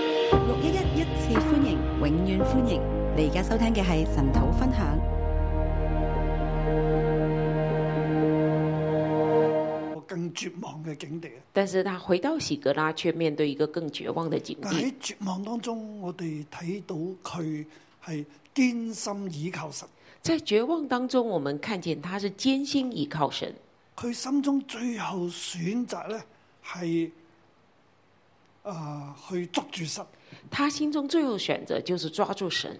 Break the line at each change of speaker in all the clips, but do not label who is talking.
一一一次歡迎，永遠歡迎！你而家收聽嘅係神土分享。
我更絕望嘅境地啊！
但是他回到喜格拉，却面對一個更絕望的境
但
地。
喺絕望當中，我哋睇到佢係堅心倚靠神，
在絕望當中，我們看見他是艱辛依靠神，
佢心中最後選擇咧係啊去捉住神
他心中最後選擇就是抓住神。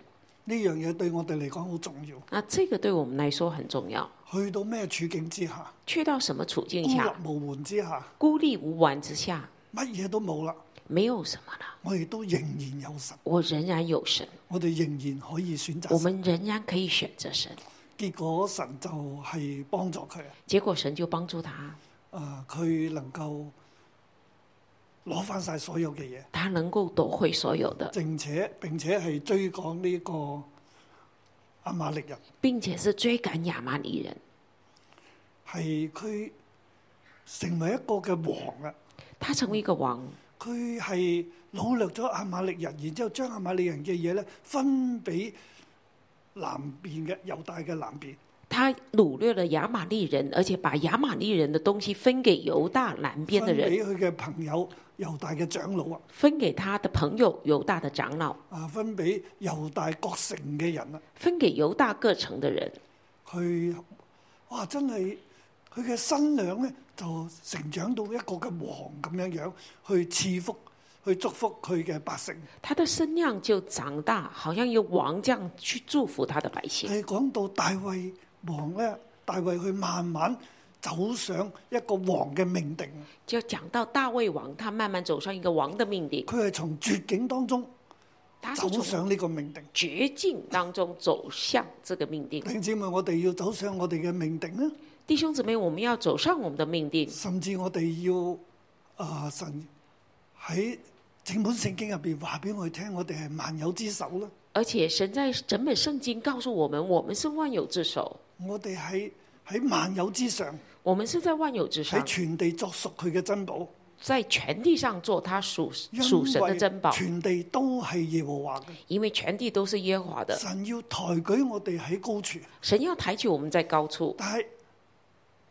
呢樣嘢，對我哋嚟講好重要。
那這個對我們來說很重要。
去到咩處境之下，
去到什麼處
孤
境
立
下，
無援之下，
孤立無援之下，
乜嘢都冇啦，
沒有什麼了，
我哋都仍然有神，
我仍然有神，
我哋仍然可以選
我
擇神。
們仍然可以選擇神。
結果神就係幫助佢啊！
結果神就幫助他，
啊，佢能夠攞翻晒所有嘅嘢，
他能夠奪回所有的，
並且並且係追趕呢個阿瑪力人，
並且是追趕亞瑪力人，
係佢成為一個嘅王啊！
他成為一個王，
佢係擄掠咗阿瑪力人，然之後將阿瑪力人嘅嘢咧分俾南邊嘅猶大嘅南邊。
他擄掠了亞瑪力人，而且把亞瑪力人的東西分給猶大南邊的
分
人，
俾佢嘅朋友猶大嘅長老啊，
分給他的朋友猶大的長老，
啊分俾猶大各城嘅人啊，
分給猶大各城的人。
佢哇真係佢嘅新娘咧就成長到一個嘅王咁樣樣，去賜福去祝福佢嘅百姓。
他的身量就長大，好像一個王這樣去祝福他的百姓。
係講到大衛王咧，大衛佢慢慢走上一個王嘅命定，
就講到大衛王，他慢慢走上一個王的命定，
佢係從絕境當中
他是
走
從
上呢個命定。
絕境當中走向這個命定
弟。兄姊妹，我哋要走上我哋嘅命定啦。
弟兄姊妹，我們要走上我們的命定，
甚至我哋要啊、神喺整本聖經入邊話俾我哋聽，我哋係萬有之首啦。
而且神在整本聖經告訴我們，我們是萬有之首，
我哋喺喺萬有之上，
我們是在啊萬有之
喺
上，
全地作屬佢嘅珍寶，
在全地上做他屬
因
屬神的珍寶
為，全地都係耶和華嘅。
因為全地都是耶和華的。
神要抬舉我哋喺高處，
神要抬起我們在高處，
但係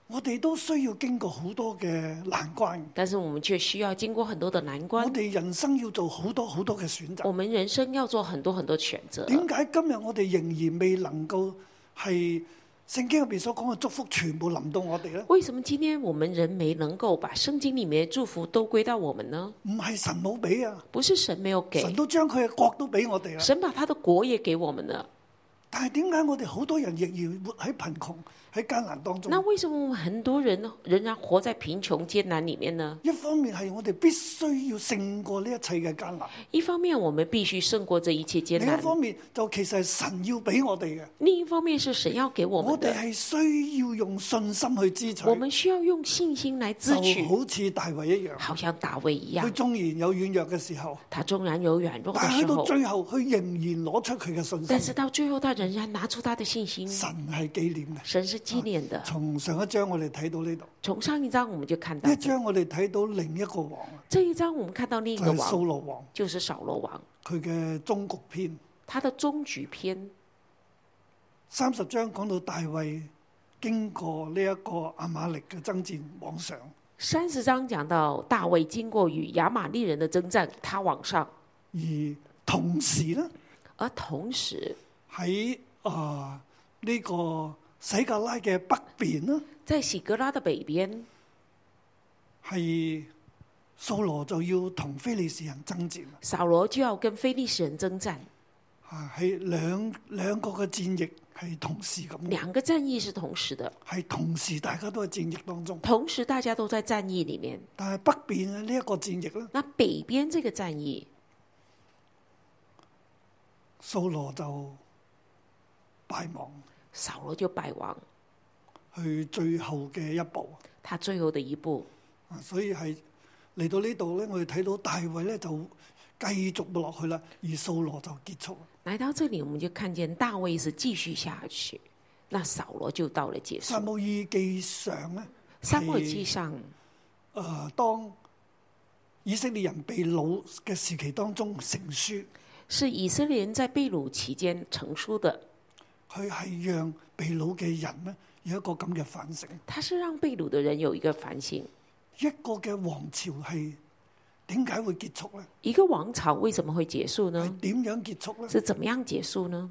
我哋都需要經過好多嘅難關。
但是我們卻需要經過很多的難
我
關。
哋人生要做好多好多嘅選擇
我。們人生要做很多很多選擇，
點解今日我哋仍然未能夠係聖經入邊所講嘅祝福全部臨到我哋呢？
為什麼今天我們人沒能夠把聖經裡面的祝福都歸到我們呢？
唔係神冇俾啊，
不是神沒有
神
給，
都將佢嘅國都俾我哋啦。啊
神把他的國也給我們了。
但係點解我哋好多人仍然活喺貧窮喺艱難當中
那？為什麼我們很多人仍然活在貧窮艱難裡面呢？
一方面係我哋必須要勝過呢一切嘅艱難，
一方面，我們必須勝過這一切艱
另
難
一；方面就其實係神要俾我哋嘅，
另一方面，是神要給我
我
們
哋
的。
係需要用信心去支取，
我們需要用信心來支
就
取，
好似大衛一樣，
好像大衛一
佢
樣，
縱然有軟弱嘅時候，
他縱然有軟弱
但
的
係去
時
到
候，
最後，佢仍然攞出佢嘅信心。
但是到最後，他仍然拿出他的信心。
神係紀念嘅。
神是啊紀念的。
從上一章我哋睇到呢度，
從上一章我們就看到
呢一，章我哋睇到另一個王，
這一章我們看到另一
就
個
係掃
王，
羅王，
就是掃羅王，
佢嘅終局篇。
他的終局篇。
三十章講到大衛經過呢一個阿瑪力嘅爭戰往上，
三十章講到大衛經過與亞瑪力人的征戰，他往上，
而同時呢，
而同時
喺啊呢個洗格拉嘅北邊呢，
在喜格拉的北邊，
係掃羅就要同非利士人爭戰啦。
掃羅就要跟非利士人征戰，
啊，係兩兩個嘅戰役係同時咁嘅，
兩個戰役是同時的，
係同時大家都喺戰役當中。
同時大家都在戰役裡面。
但係北邊嘅呢一個戰役咧，
那北邊這個戰役，
掃羅就敗亡，
掃羅就敗亡，
去最後嘅一步。
他最後的一步。
啊所以係嚟到呢度咧，我哋睇到大衛咧就繼續落去啦，而掃羅就結束。
來到這裡，我們就看見大衛是繼續下去，那掃羅就到了結
撒
束。
母耳記上咧，
撒母耳記上，
誒、呃、當以色列人被掳嘅時期當中成書，
是以色列人在被掳期间成书的。
佢係讓被掳嘅人呢有一個咁嘅反省。
它是让被掳的人有一个反省：
一個嘅王朝係點解會結束呢？
一个王朝为什么会结束呢？
係點樣結束呢？
是怎么样结束呢？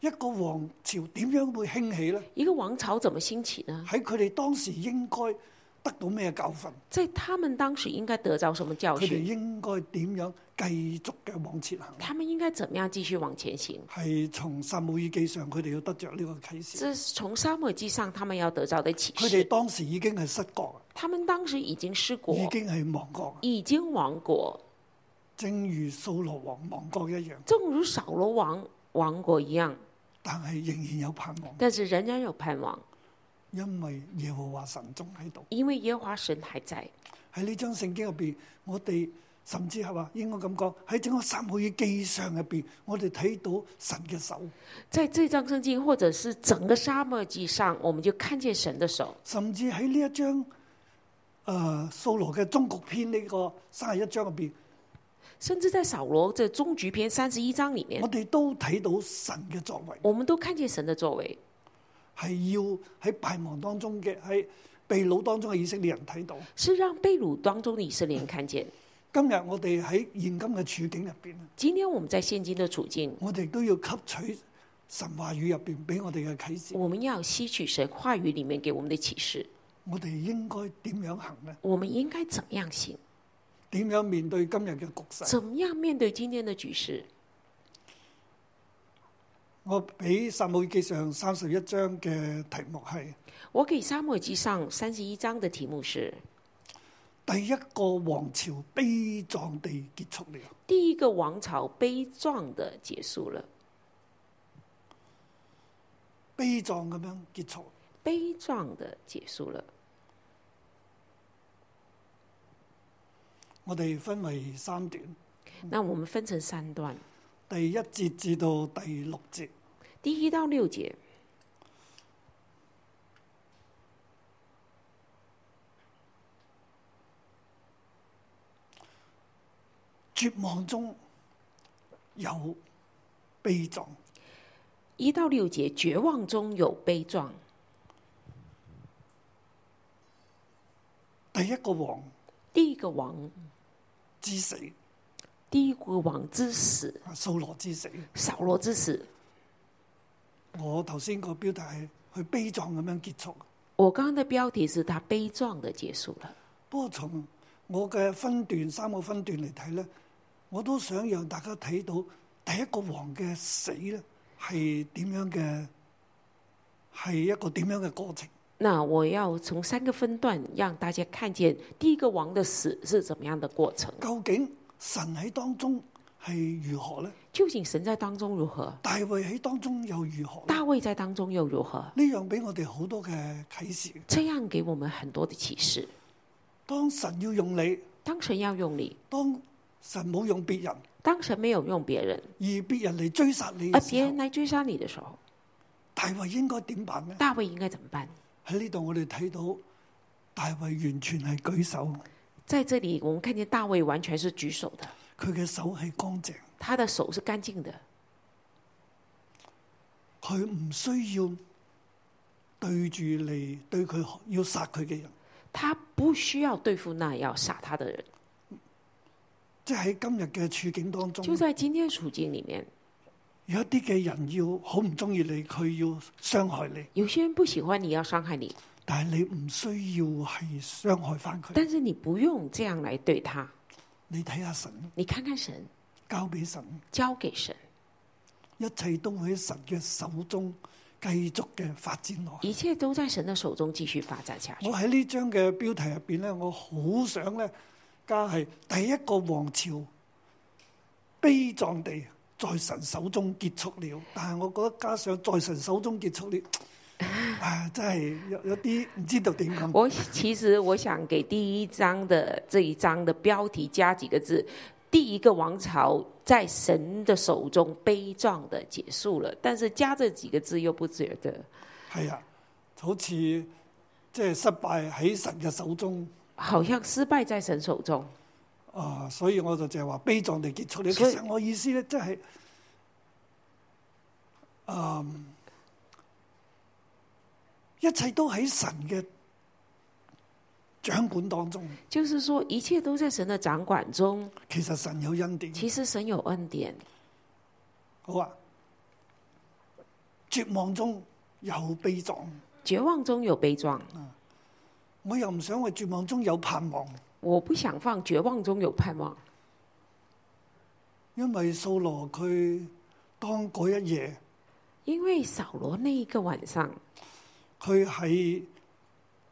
一個王朝點樣會興起呢？
一个王朝怎么兴起呢？
喺佢哋當時應該得到咩教訓？
在他们当时应该得到什么教
佢哋
训？
應該點樣繼續嘅往前行？
他们应该怎么样继续往前行？
係從撒母耳記上，佢哋要得着呢個啟示。
这是从沙漠记上他们要得到的启
佢哋
示。
當時已經係失國，
他们当时已经失
已
国，
經係亡國，
已经亡国，
正如掃羅王亡國一樣，
正如扫罗王亡国一样，
但係仍然有盼望，
但是仍然有盼望，
因為耶和華神仲喺度。
因为耶和华神还在。
喺呢張聖經入邊，我哋甚至係話應該咁講，喺整個撒母耳記上入邊，我哋睇到神嘅手，
在这张圣经或者是整个沙漠记上，我们就看见神的手。
甚至喺呢一章。誒、掃羅嘅中國篇呢個三十一章入邊，
甚至在扫罗这终局篇三十一章里面
我，哋都睇到神嘅作為。
我们都看见神的作为，
係要喺敗亡當中嘅喺被掳當中嘅以色列人睇到。
是让被掳当中的以色列人看见。
今日我哋喺現今嘅處境入邊，
今天我们在现今的处境，
我哋都要吸取神話語入邊俾我哋嘅啟示。
我们要吸取神话语里面给我们的启示，
我哋應該點樣行呢？
我们应该怎么样行，
點樣面對今日嘅局勢？
怎么样面对今天的局势。
我俾撒母耳記上三十一章嘅題目係
我给沙漠记上三十一章的题目是：
第一個王朝悲壯地結束了。
第一个王朝悲壮的结束了，
悲壯咁樣結束，
悲壮的结束了。
我哋分為三段，
那我们分成三段，
第一節至到第六節。
第一到六节，
絕望中有悲壯，
一到六节，绝望中有悲壮。
第一個王
第一个王，
之死，
第一个王之死，
啊掃羅之死。
扫罗之死。
我頭先個標題係佢悲壯咁樣結束，
我刚刚的标题是他悲壮的结束了。
不過從我嘅分段三個分段嚟睇呢，我都想讓大家睇到第一個王嘅死呢係點樣嘅，係一個點樣嘅過程。
那我要从三个分段让大家看见第一个王的死是怎么样的过程，
究竟神喺當中係如何呢？
究竟神在当中如何，
大衛喺當中又如何呢？
大卫在当中又如何？
呢樣俾我哋好多嘅啟示。
这样给我们很多的启示。
當神要用你，
当神要用你，
當神冇用別人，
当神没有用别人，
而別人嚟追殺你
而
嘅
别
時
啊人
候，
来追杀你的时候，
大衛應該點辦呢？
大卫应该怎么办？
喺呢度我哋睇到大衛完全係舉手，
在这里，我们看见大卫完全是举手的，
佢嘅手係乾淨，
他的手是干净的，
佢唔需要對住嚟對佢要殺佢嘅人。
他不需要对付那要杀他的人。
即係喺今日嘅處境當中
就，在今天處境里面，
有一啲嘅人要好唔中意你，佢要傷害你，
有些人不喜欢你要傷害你，
但係你唔需要係傷害翻佢。
但是你不用这样来对他。
你睇下神，
你看看神，
交俾神。
交给神，
一切都會喺神嘅手中繼續嘅發展落去。
一切都在神的手中继续发展下去。
我喺呢章嘅標題入邊咧，我好想咧加係第一個王朝悲壯地在神手中結束了，但係我覺得加上在神手中結束了，啊真係有有啲唔知道點講。
我其实我想给第一章的这一章的标题加几个字：第一个王朝在神的手中悲壮的结束了。但是加这几个字又不觉得，
係啊，好似即係失敗喺神嘅手中，
好像失败在神手中，
啊，所以我就就係話悲壯地結束了。其
所以
實我意思咧，即係，嗯，一切都喺神嘅掌管當中。
就是说一切都在神的掌管中。
其實神有恩典，
其实神有恩典，
好啊。絕望中有悲壯，
绝望中有悲壮。
我又唔想話絕望中有盼望，
我不想放绝望中有盼望，
因為掃羅佢當嗰一夜。
因为扫罗那一个晚上，
佢係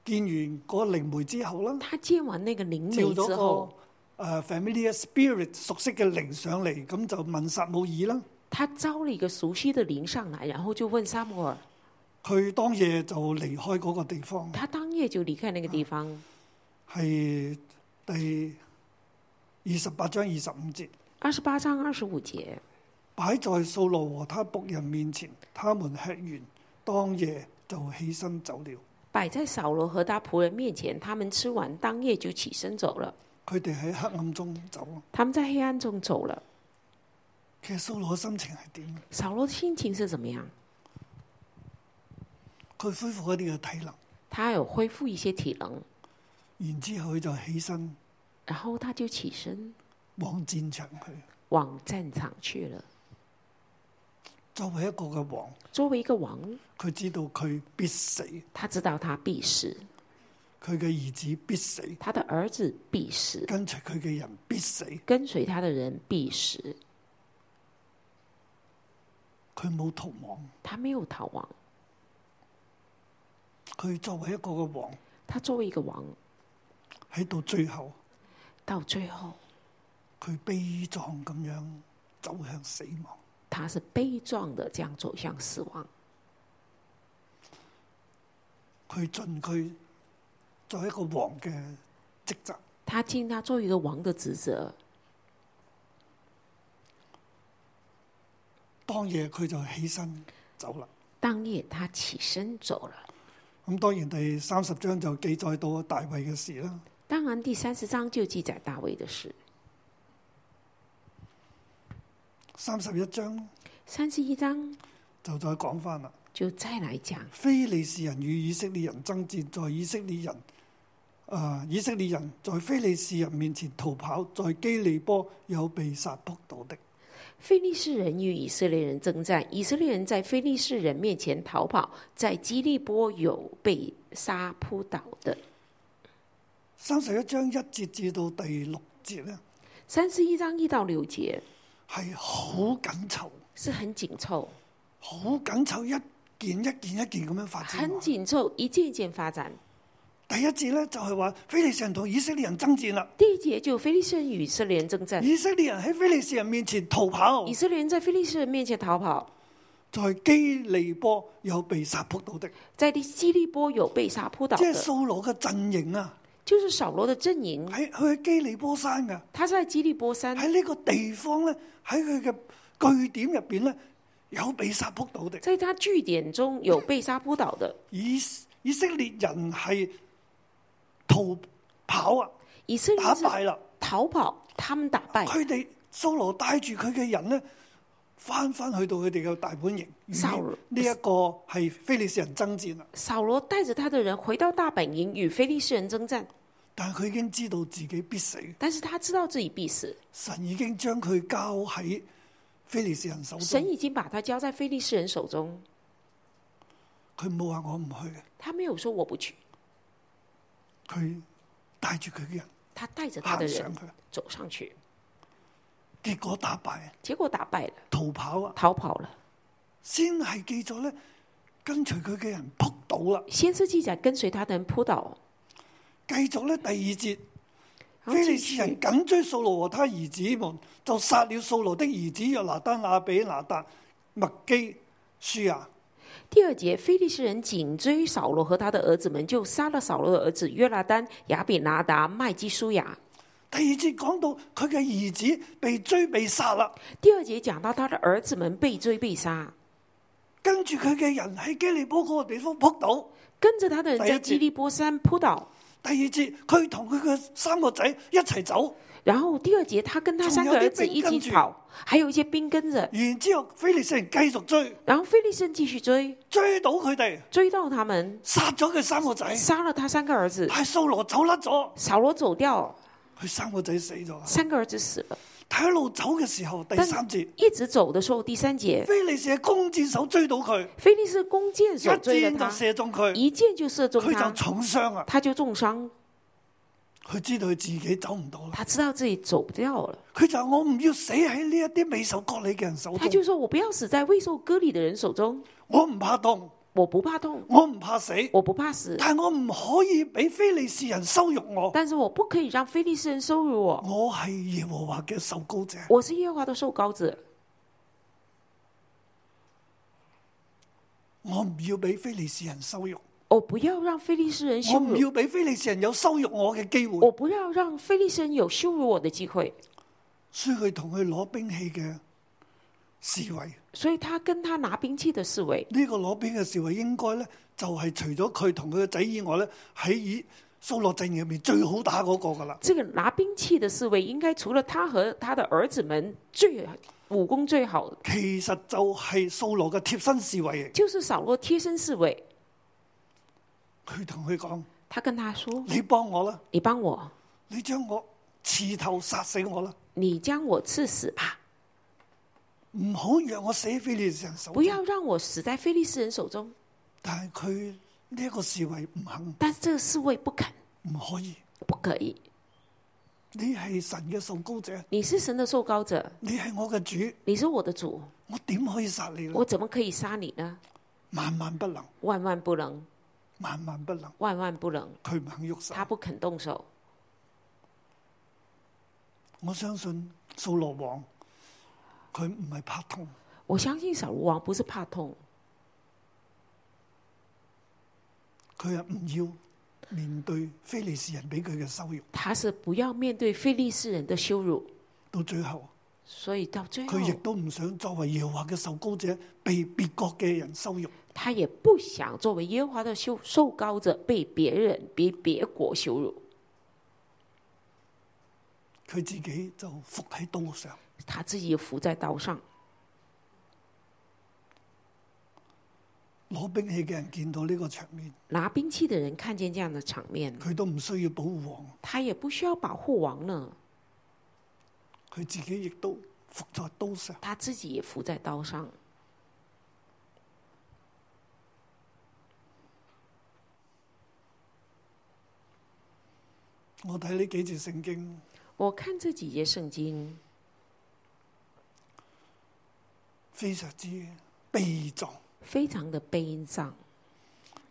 見完嗰個靈媒之後啦，
他见完那个灵
照
媒之
咗
后，
個誒呃 familiar spirit 熟悉嘅靈上嚟，咁就問撒姆耳啦。
他招了一个熟悉的灵上来，然后就问撒母耳，
佢當夜就離開嗰個地方，
他当夜就离开那个地方。
係第二十八章二十五節，
二十八章二十五节，
擺在掃羅和他仆人面前，他們吃完，當夜就起身走了。
摆在扫罗和他仆人面前，他们吃完，当夜就起身走了。
佢哋喺黑暗中走。
他们在黑暗中走了。
其實掃羅嘅心情係點？
扫罗的心情是怎么样？
佢恢復一啲嘅體能，
他有恢复一些体能，
然之後佢就起身
然后他就起身
往戰場去。
往战场去了。
作為一個嘅王，
作为一个王，
佢知道佢必死，
他知道他必死，
佢嘅兒子必死，
他的儿子必死，
跟隨佢嘅人必死。
跟随他的人必死。
佢冇逃亡，
他没有逃亡，
佢作為一個嘅王，
他作为一个王，
喺到最後
到最后
佢悲壯咁樣走向死亡。
他是悲壮的这样走向死亡。
佢盡佢作為一個王嘅職責，
他尽他作为一个王的职责，
當夜佢就起身走啦。
当夜他起身走了。
咁當然第三十章就記載到大衛嘅事啦。
当然，第三十章就记载大卫的事。
三十一章
三十一章
就再講翻啦。
就再来讲
非利士人與以色列人爭戰，在以色列人啊、以色列人在非利士人面前逃跑，在基利波有被殺仆倒的。
非利士人与以色列人征战，以色列人在非利士人面前逃跑，在基利波有被杀扑倒的。
三十一章一節至到第六節呢，
三十一章一到六节
係好緊湊，
是很紧凑，
好緊湊，一件一件一件咁樣發展
很
落去。
紧凑，一件一件发展。
第一節呢，就係話非利士人同以色列人爭戰啦，
第一节就非利士人与以色列人征战，
以色列人喺非利士人面前逃跑
以，色列人在非利士人面前逃跑，
在基利波有被殺仆倒的，
在基利波有被杀扑倒
即係
的，
掃羅嘅陣營啊，
就是扫罗的阵营，
喺佢喺基利波山噶。
他是在基利波山，
喺呢個地方咧，喺佢嘅據點入邊咧，有被殺仆倒的。
在他据点中有被杀扑倒的。
以以色列人係逃跑啊，
以色列
打
人是
敗啦！
逃跑，他们打败
佢哋掃羅帶住佢嘅人咧，翻翻去到佢哋嘅大本營，與
掃羅
呢一個係非利士人爭戰啦。啊
扫罗带着他的人回到大本营，与非利士人征战。
但係佢已經知道自己必死，
但是他知道自己必
嗯
死，
神已經將佢交喺非利士人手
神
中。
已经把他交在非利士人手中。
佢冇話我唔去，
他没有说我不去，
佢帶住佢嘅人
他带着他的
行
人
上去，
走上去，
結果打敗啊
结果打败了，
逃跑啊！
逃跑了。
先係記咗咧，跟隨佢嘅人撲倒啦。
先是记载跟随他的人扑倒，
繼續咧第二節，
然后
非利
继
士
续
人緊追掃羅和他兒子們，就殺了掃羅的兒子約拿單、亞比拿達、麥基啊舒亞。
第二节，非利士人紧追扫罗和他的儿子们，就杀了扫罗的儿子约拿丹、亚比拿达、麦基舒雅。
第二節講到佢嘅兒子被追被殺啦，
第二节讲到他的儿子们被追被杀，
跟住佢嘅人喺基利波嗰個地方撲倒。
跟着他的人
第一
在
节
基利波山扑倒。
第二節佢同佢嘅三個仔一齊走，
然后第二节，他跟他
仲
三个
有啲
儿子
兵
一
跟
起
住
跑，还有一些兵跟着。
然之後，非利士人繼續追，
然后菲利士人继续追，
追到佢哋，
追到他们，
殺咗佢三個仔。
杀了他三个儿子。
但係掃羅走甩咗，
扫罗走掉，
佢三個仔死咗。
三个儿子死了。
佢一路走嘅時候，第
但
三節，
一直走的时候，第三节，
非利士嘅弓箭手追到佢，
菲利士弓箭手
一
追了
箭就
他，
射中佢，
一箭就射中
佢
他
就，重傷啊！
他就重伤。
佢知道佢自己走唔到啦，
他知道自己走不掉了，
佢就話我唔要死喺呢一啲未受割禮嘅人手
他就
中，
说：“我不要死在未受割礼的人手中，
我唔怕痛，
我不怕痛，
我唔怕死，
我不怕死，
但我唔可以俾非利士人羞辱我。
但是我不可以让非利士人羞辱我。
我係耶和華嘅受膏者。
我是耶和华的受膏者，
我唔要俾非利士人羞辱，
我不要让非利士人羞
我唔
辱，
要俾非利士人有羞辱我嘅機會，
我不要让非利士人有羞辱我的机会。”
所以佢同佢攞兵器嘅侍衛，呢、
所以他跟他拿兵器的侍卫，
個攞兵嘅侍衛應該咧就係除咗佢同佢嘅仔以外咧，喺以掃羅陣營入面最好打嗰個噶啦。
这个拿兵器的侍卫，应该除了他和他的儿子们最武功最好，
其實就係掃羅嘅貼身侍衛，
就是扫罗贴身侍卫。
佢同佢講：
他跟他说
你幫我啦，：“
你帮我，
你將我刺頭殺死我啦，
你将我刺死吧，
唔好讓我死喺非利士人手
不
中。
要让我死在非利士人手中。”
但係佢呢一個侍衛唔肯，
但是这个侍卫不肯，
唔可以。
不可以。
你係神嘅受膏者，
你是神的受膏者，
你係我嘅主，
你是我的主，
我點可以殺你呢？
我怎么可以杀你呢？
萬萬不能，
万万不能，
萬萬不能。
万万不能！
佢唔肯喐手
他，不肯动手。
我相信掃羅王佢唔係怕痛，
我相信扫罗王不是怕痛，
佢係唔要面對非利士人俾佢嘅羞辱。
他是不要面对非利士人的羞辱，
到最後，
所以到最后
佢亦都唔想作為耶和華嘅受膏者被別國嘅人羞辱。
他也不想作为耶和华的受受膏者被别人、被别国羞辱，
佢自己就伏喺刀上。
他自己伏在刀上。
攞兵器嘅人見到呢個場面，
拿兵器的人看见这样的场面，
佢都唔需要保護王，
他也不需要保护王呢，
佢自己亦都伏在刀上。
他自己也伏在刀上。
我睇呢幾節聖經，
我看这几节圣经
非常之悲壯。
非常的悲伤，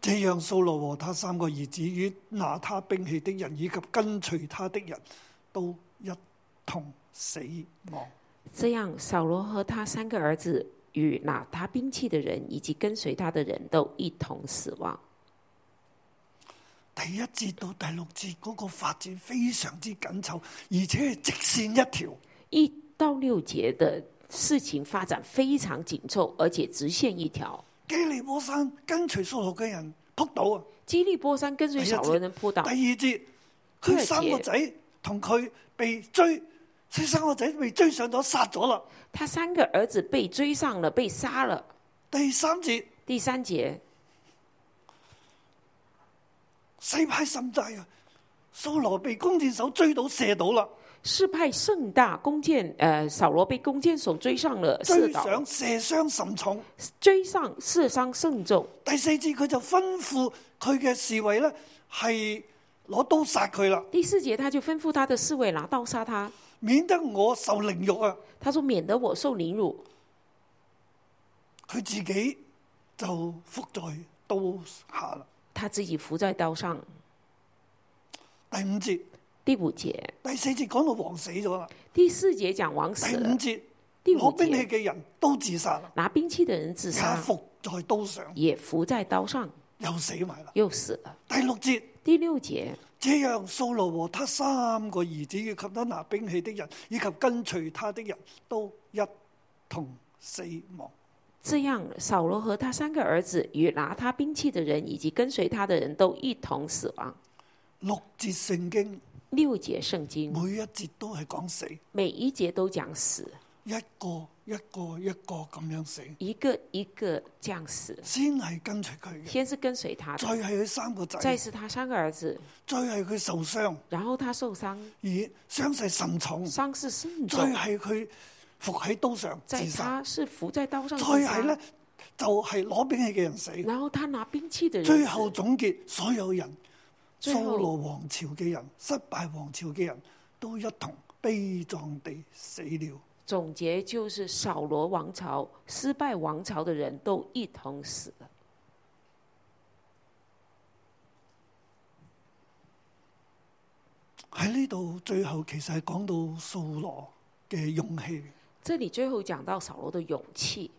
這樣，掃羅和他三個兒子與拿他兵器的人以及跟隨他的人都一同死亡。
这样扫罗和他三个儿子与拿他兵器的人以及跟随他的人都一同死亡。
第一節到第六節嗰個發展非常之緊湊，而且係直線一條。
一到六节的事情发展非常紧凑，而且直线一条。
基利波山跟隨掃羅嘅人撲倒啊！
基利波山跟随扫罗人扑
第
倒
二，節
第二
佢
節
三個仔同佢被追，佢三個仔被追上咗，殺咗啦。
他三个儿子被追上了，被杀了。
第三節
第三节，
西派甚大啊！掃羅被弓箭手追到射到啦，
世派盛大弓箭，呃，扫罗被弓箭手追上了，射
追
倒，
上射傷甚重。
追上射伤甚重。
第四節佢就吩咐佢嘅侍衛咧，係攞刀殺佢啦，
第四节，他就吩咐他的侍卫拿刀杀他。
免得我受凌辱啊！
他说：“免得我受凌辱。
佢自己就伏在刀下啦。”
他自己伏在刀上。
第五節、
第五节，
第四節講到王死咗啦，
第四节讲王
第
死
五
了，
節
第五
攞兵器
节
嘅人都自殺啦，
拿兵器的人自
也
杀，
伏在刀上
也伏在刀上
又死埋啦。
又死了。
第六節。
第六节，
這樣掃羅和他三個兒子以及他拿兵器的人，以及跟隨他的人都一同死亡。
这样，扫罗和他三个儿子与拿他兵器的人以及跟随他的人都一同死亡。
六節聖經
六节圣经
每一節都係講死，
每一节都讲死，
一個一個一個咁樣死，
一个一个这样死，
先係跟隨佢嘅，
先是跟随他
再
的，
係佢三個仔，
再是他三个儿子，
再係佢受傷
然后他受伤，
而傷勢甚重，
伤势甚
再
重，
係佢伏喺刀上
在
自殺，
他是伏在刀上
再
自
係
杀
呢，，就係攞兵器嘅人死。
然后他拿兵器的人
最
死
後總結，所有人
最後
掃羅王朝嘅人、失敗王朝嘅人都一同悲壯地死了。
总结就是扫罗王朝失败王朝的人都一同死了。
喺呢度最後其實係講到掃羅嘅勇氣。
这里最后讲到扫罗的勇气，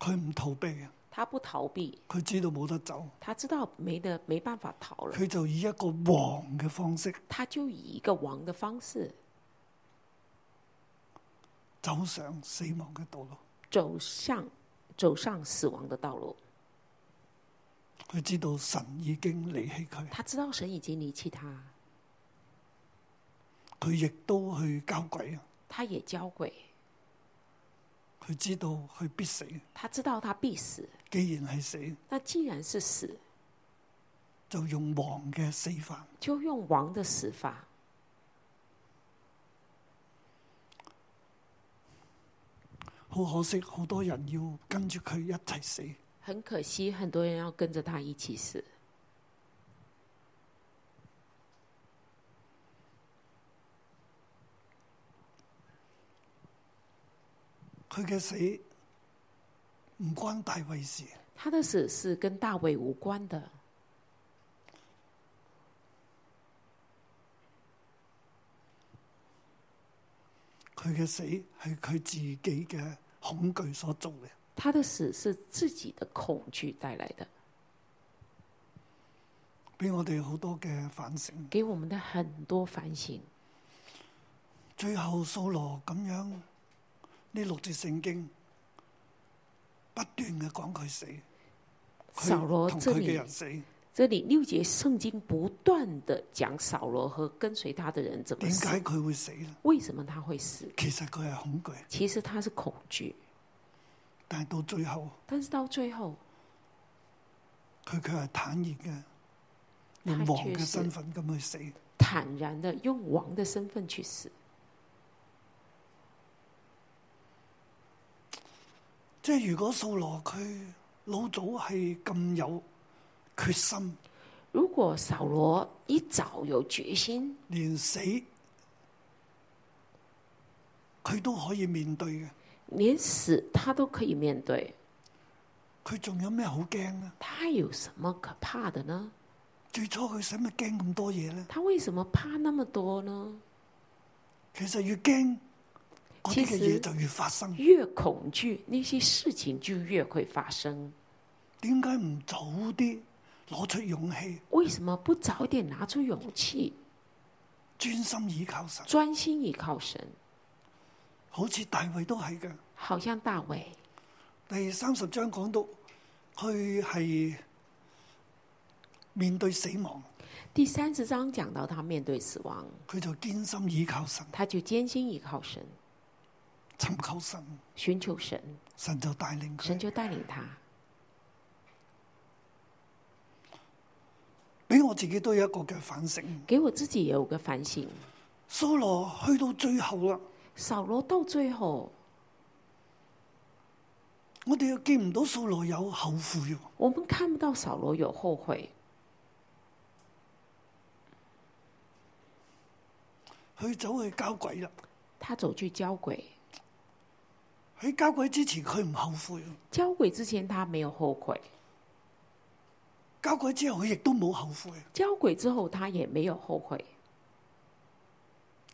佢唔逃避啊！
他不逃避，
佢知道冇得走，
他知道没得没办法逃了，
佢就以一個王嘅方式
他就以一个王的方式
走上死亡嘅道路。
走向走上死亡的道路。
佢知道神已經離棄佢，
他知道神已经离弃他，
佢亦都去交鬼啊！
他也交鬼，
佢知道佢必死，
他知道他必死。
既然係死，
那既然是死，
就用王嘅死法。
就用王的死法。
好可惜，好多人要跟住佢一齊死。
很可惜，很多人要跟着他一起死。
佢嘅死唔關大衛事，
他的死是跟大卫无关的，
佢嘅死係佢自己嘅恐懼所做嘅。
他的死是自己的恐惧带来的，
俾我哋好多嘅反省。
给我们的很多反省。
最後掃羅咁樣呢六節聖經不斷嘅講佢死，
扫
佢
罗
同
这
佢嘅
里
人死，
这里六节圣经不断的讲扫罗和跟随他的人怎么
點
死，
解佢會死呢？
为什么他会死？
其實佢係恐懼，
其实他是恐惧，
但係到最後
但是到最后
佢卻係坦然嘅，
他
用王嘅
確實
身份咁去死。
坦然的用王的身份去死。
即係如果掃羅佢老早係咁有決心，
如果扫罗一早有决心，
連死佢都可以面對嘅，
连死他都可以面对，
佢仲有咩好驚呢？
他还有什么可怕的呢？
最初佢使乜驚咁多嘢呢？
他为什么怕那么多呢？
其實越驚嗰啲嘅
其
嘢
實
就越發生。
越恐惧，那些事情就越会发生。
點解唔早啲攞出勇氣，
为什么不早一点拿出勇气，
專心倚靠神？
专心依靠神？
好似大衛都係嘅。
好像大卫，
第三十章講到佢係面對死亡，
第三十章讲到他面对死亡，
佢就堅心倚靠神，
他就艰辛依靠神，
尋求神，
寻求神，
神就帶領
神
佢。
就带领他。
俾我自己都有一個嘅反省。
给我自己也有个反省。
蘇羅去到最後啦，
扫罗到最后，
我哋又見唔到蘇羅有後悔喎。
我们看不到扫罗有后悔，
佢走去交鬼啦。
他走去交鬼。
喺交鬼之前，佢唔後悔；
交鬼之前他没有后悔，
交鬼之後，佢亦都冇後悔。
交鬼之后他也没有后悔。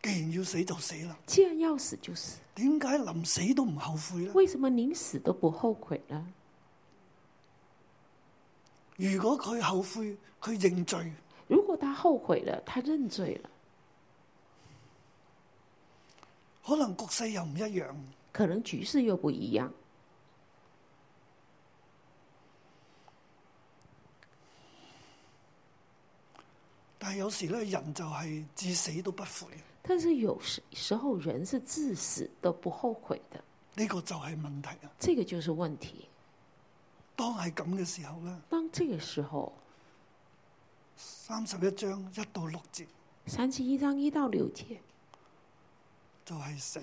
既然要死就死啦，
既然要死就死，
點解臨死都唔後悔呢？
为什么临死都不后悔呢？
如果佢後悔，佢認罪，
如果他后悔了，他认罪了，
可能局勢又唔一樣。
可能局势又不一样。
但係有時咧，人就係至死都不悔，
但是有时时候人是至死都不后悔的，
呢、個就係問題啊！
这个就是问题。
當係咁嘅時候咧，
当这个时候，
三十一章一到六節
三十一章一到六节，
就係死、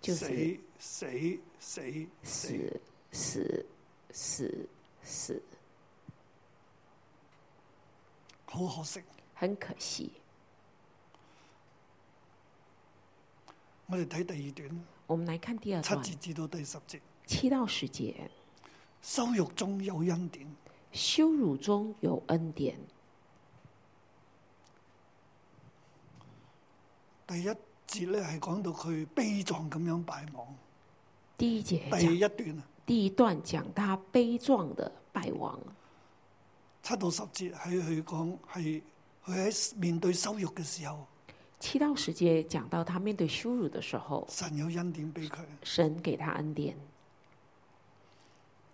就是
死、死、死、死。
死死死死，
好可惜，
很可惜。
我哋睇第二
我们来看第二
段
段
七節至到第十節，
七到十节，
羞辱中有恩典。
羞辱中有恩典。
第一節咧係講到佢悲壯咁樣敗亡，
第一节
第
讲
一段啊
第一段讲他悲壮的败亡，
七到十節喺佢講係佢喺面對羞辱嘅時候，
七到十节讲到他面对羞辱的时候，
神有恩典俾佢，
神给他恩典。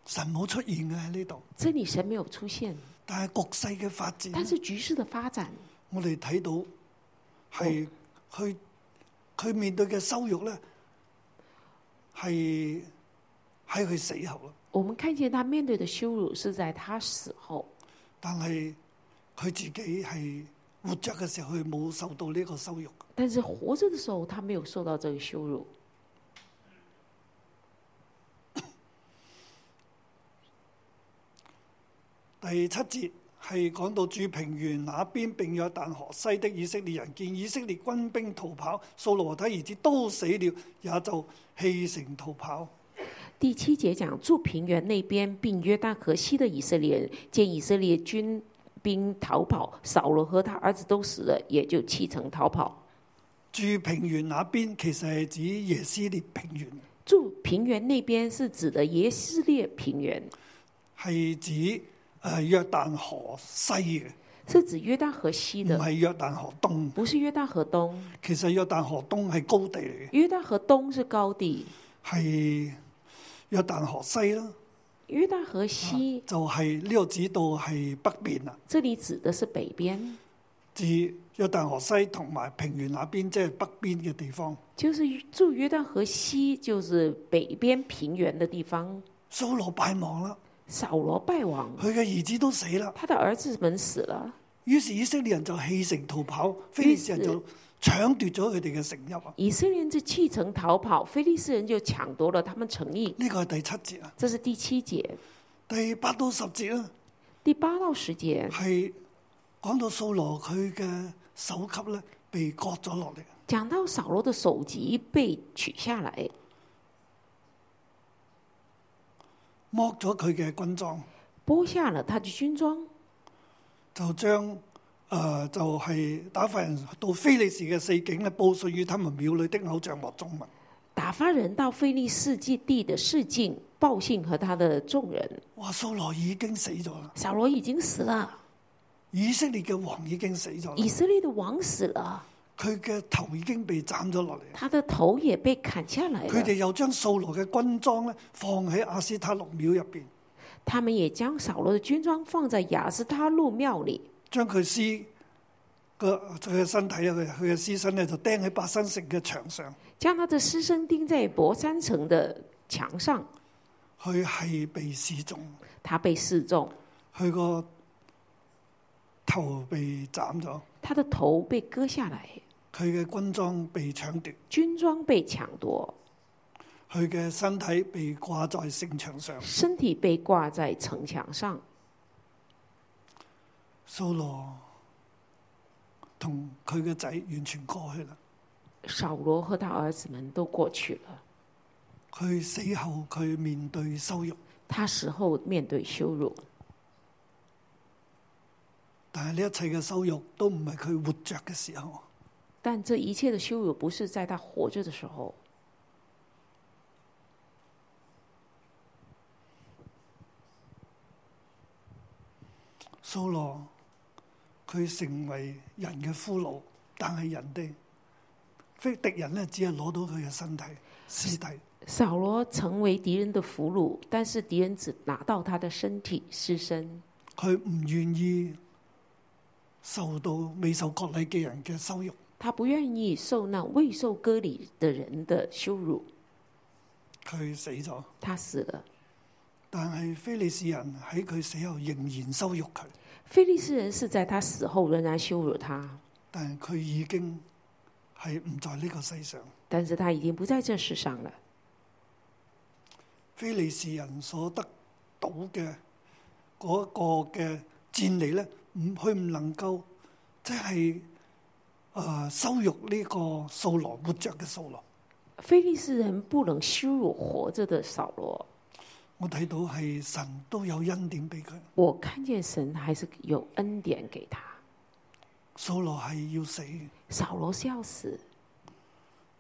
神冇出現嘅喺呢度。
这里神没有出现，
但係局勢嘅發展，
但是局势的发展，
我哋睇到係佢佢面對嘅羞辱咧，係喺佢死後啦。
我们看见他面对的羞辱是在他死后，
但係佢自己係活着嘅時候，佢冇受到呢個羞辱。
但是活着的时候他没有受到这个羞辱。
第七節係講到主平原那邊並約但河西的以色列人見以色列軍兵逃跑，掃羅和他兒子都死了，也就棄城逃跑。
第七节讲住平原那边，并约旦河西的以色列人见以色列军兵逃跑，扫罗和他儿子都死了，也就弃城逃跑。
住平原那邊其實係指耶斯列平原，
住平原那边是指的耶斯列平原，
係指誒約旦河西嘅，
是指约旦河西
唔
的，
係約旦河東。
不是约旦河东。
其實約旦河東係高地嚟嘅，
约旦河东是高地，
係約旦河西啦。
约旦河西
就係呢個指到係北邊啦，
这里指的是北边，
至約旦河西同埋平原那邊，即係北邊嘅地方。
就是住约旦河西，就是北边平原的地方。
掃羅敗亡啦，
扫罗败亡，
佢嘅兒子都死啦，
他的儿子们死了。
於是以色列人就棄城逃跑，非利士人就搶奪咗佢哋嘅城邑啊！
以色列人就弃城逃跑，非利士人就抢夺了他们城邑。
呢個係第七節啊，
这是第七节，
第八到十節啦，
第八到十节
係講到掃羅佢嘅首級咧被割咗落嚟，
讲到扫罗的首级被取下来，
剝咗佢嘅軍裝，
剥下了他的军装，
就將誒、呃就係、打發人到非利士嘅四境咧，報信於他們廟裏的偶像和眾民。
打发人到非利士基地的市境报信和他的众人。哦
哇！掃羅已經死咗啦，
扫罗已经死了，
以色列嘅王已經死咗
以
啦，
色列的王死了，
佢嘅頭已經被斬咗落嚟。
他的头也被砍下来
佢哋
了。
又將掃羅嘅軍裝咧放喺阿斯塔錄廟入邊，
他们也将扫罗的军装放在雅斯他路庙里，
將佢屍個佢嘅身體啊，佢佢嘅屍身咧就釘喺八新城嘅牆上。
将他的尸身钉在博山城的墙上。
佢係被示眾，
他被示众，
佢個頭被斬咗，
他的头被割下来，
佢嘅軍裝被搶奪，
军装被抢夺，
佢嘅身體被掛在城牆上。
身体被挂在城墙上。
掃羅同佢嘅仔完全過去啦。
扫罗和他儿子们都过去了。
佢死後，佢面對羞辱，
他死后面对羞辱，
但係呢一切嘅羞辱都唔係佢活着嘅時候。
但这一切的羞辱不是在他活着的时候。
掃羅佢成為人嘅俘虜，但係人哋非敵人咧，只係攞到佢嘅身體屍體。
扫罗成为敌人的俘虏，但是敌人只拿到他的身体尸身，
佢唔願意受到未受割禮嘅人嘅羞辱。
他不愿意受那未受割礼的人的羞辱，
佢死咗，
他死了。
但係非利士人喺佢死後仍然羞辱佢，
非利士人是在他死后仍然羞辱他，
但係佢已經係唔在呢個世上。
但是他已经不在这世上了。
非利士人所得到嘅嗰個嘅戰利咧，唔佢唔能夠即係誒羞辱呢個掃羅活着嘅掃羅。
非利士人不能羞辱活着的扫罗，
我睇到係神都有恩典俾佢，
我看见神还是有恩典给他。
掃羅係要死嘅，
扫罗是要死，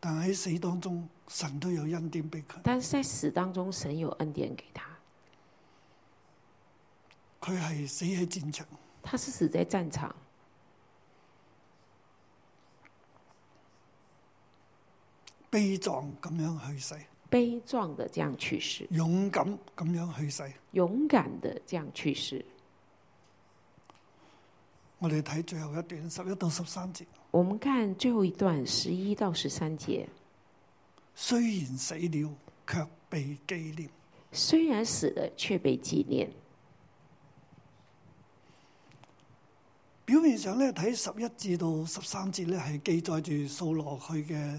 但喺死當中，神都有恩典俾佢。
但是在死当中，神有恩典给他。
佢係死喺戰場，
他是死在战场，
悲壯咁樣去世，
悲壮的这样去世，
勇敢咁樣去世。
勇敢的这样去世。
我哋睇最後一段十一到十三節，
我们看最后一段十一到十三节，
雖然死了，卻被紀念。
虽然死了，却被纪念。
表面上咧睇十一至到十三節咧係記載住掃羅佢嘅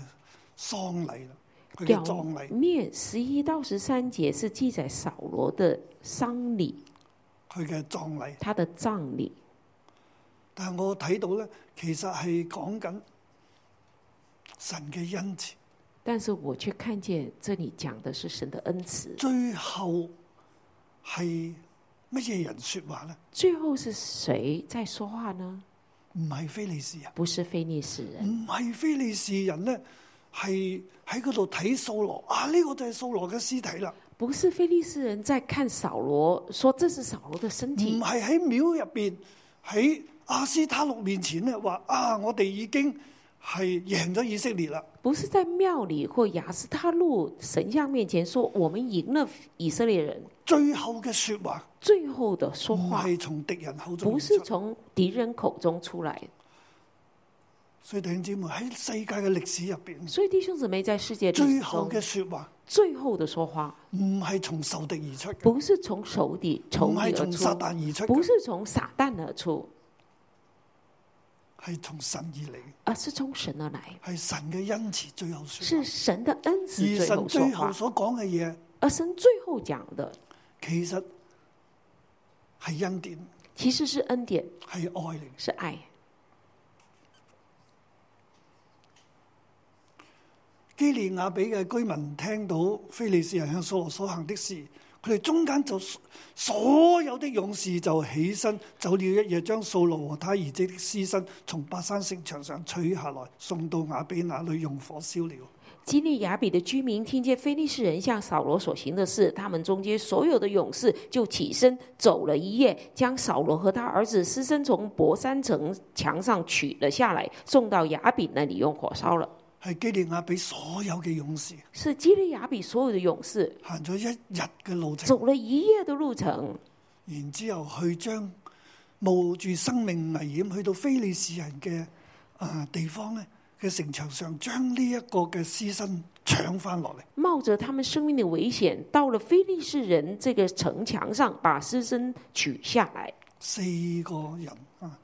喪禮啦，佢嘅
表
葬禮，
面十一到十三节是记载扫罗的丧礼，
佢嘅葬禮。
他的葬礼。
但係我睇到咧，其實係講緊神嘅恩慈。
但是我却看见这里讲的是神的恩慈。
最後係乜嘢人説話咧？
最后是谁在说话呢？
唔係非利士人，
不是非利士人，
唔係非利士人咧，係喺嗰度睇掃羅啊！呢、個就係掃羅嘅屍體啦，
不是非利士人在看扫罗，说这是扫罗的身
唔
体，
係喺廟入邊喺阿斯塔錄面前咧話啊！我哋已經係贏咗以色列啦，
不是在庙里或雅斯他路神像面前说我们赢了以色列人。
最後嘅説話
最后的
唔
说话
係從敵人口中
不
而
是
出。
从敌人口中出来，
所以弟兄姊妹喺世界嘅歷史入邊，
所以弟兄姊妹在世界历史
最後
中
嘅説話
最后的说话，
唔係從仇敵而出嘅，
不是从仇敌仇
唔
敌
係從
而
撒
出，
旦而出
不
嘅，
是从撒旦而出，
係從神而嚟嘅。
而是从神而来，
係神嘅恩慈最後説
是
話，
神的恩慈
而
最
神
后说
最後
话，
所講嘅嘢，
而神最后讲的
其實係恩典，
其实是恩典，
係愛嚟嘅。
是爱。
基利亞比嘅居民聽到非利士人向掃羅所行的事，佢哋中間就所有的勇士就起身，走了一夜，將掃羅和他兒子的屍身從白山城牆上取下來，送到雅比那裏用火燒了。
基利雅比的居民听见非利士人向扫罗所行的事，他们中间所有的勇士就起身走了一夜，将扫罗和他儿子尸身从博山城墙上取了下来，送到雅比那里用火烧了。
係基利亞比所有嘅勇士
是基利雅比所有的勇士
行咗一日嘅路程。
走了一夜的路程，
然之後去將冒住生命危險去到非利士人嘅啊、地方咧嘅城牆上，將呢一個嘅屍身搶翻落嚟。
冒着他们生命的危险，到了非利士人这个城墙上，把尸身取下来。
四個人啊，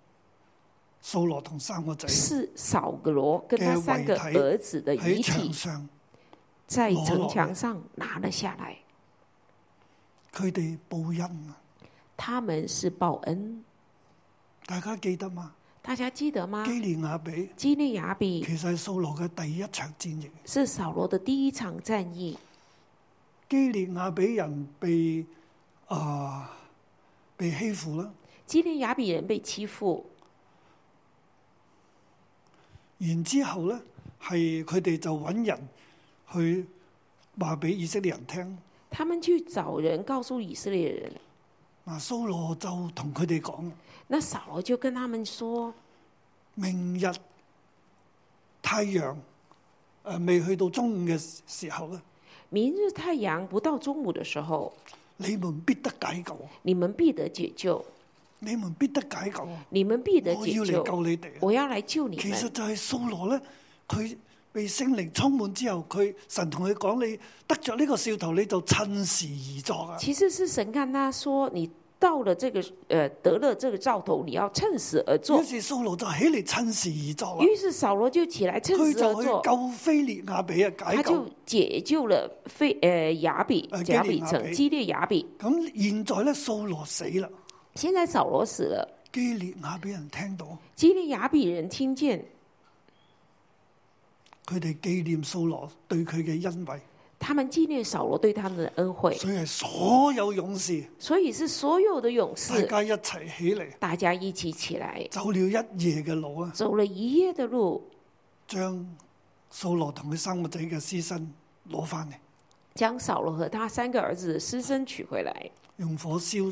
掃羅同三個仔
是扫罗跟他三个
的遗体
儿子的遗
喺
体
牆上，
在
裸
城
露
墙上拿了下来。
佢哋報恩啊！
他们是报恩，
大家記得嘛？
大家记得吗？
基利亞比
基利雅比
其實係掃羅嘅第一場戰役。
是扫罗的第一场战役，
基利亞比人被啊、被欺負啦，
基利雅比人被欺负，
然之後咧，係佢哋就揾人去話俾以色列人聽。
他们去找人告訴以色列人，
嗱，蘇羅就同佢哋講：
那扫罗就跟他们说，
明日太陽呃未去到中午嘅時候咧，
明日太陽不到中午的时候，
你們必得解救。
你们必得解救。
你們必得解救，我
你们必得解
要嚟
救，
救你哋。啊
我要来救你
其實
们。
就係掃羅咧，佢被聖靈充滿之後，佢神同佢講：你得着呢個兆頭，你就趁時而作啊！
其实是神看他说，你到了这个呃得了这个兆头，你要趁死而作
於。是掃羅就起嚟趁時而作啊啦，
于是扫罗就起来趁
佢
死而
就去
作，
救非列亞比啊，
他
解
就
救。
解救了非呃雅比
呃基
雅
列
比
雅
城
比
基列雅比。
咁現在咧，掃羅死啦，
现在扫罗死了，
基列亞比人聽到，
基列雅比人听见，
佢哋紀念掃羅對佢嘅恩惠，
他们纪念扫罗对他们的恩惠，
所以係所有勇士
所以是所有的勇
大
士
家一齊起嚟，
大家一起起来，
走了一夜嘅路啊，
走了一夜的路，
將掃羅同佢三個仔嘅屍身攞翻嚟。
将扫罗和他三个儿子的尸身取回来，
用火燒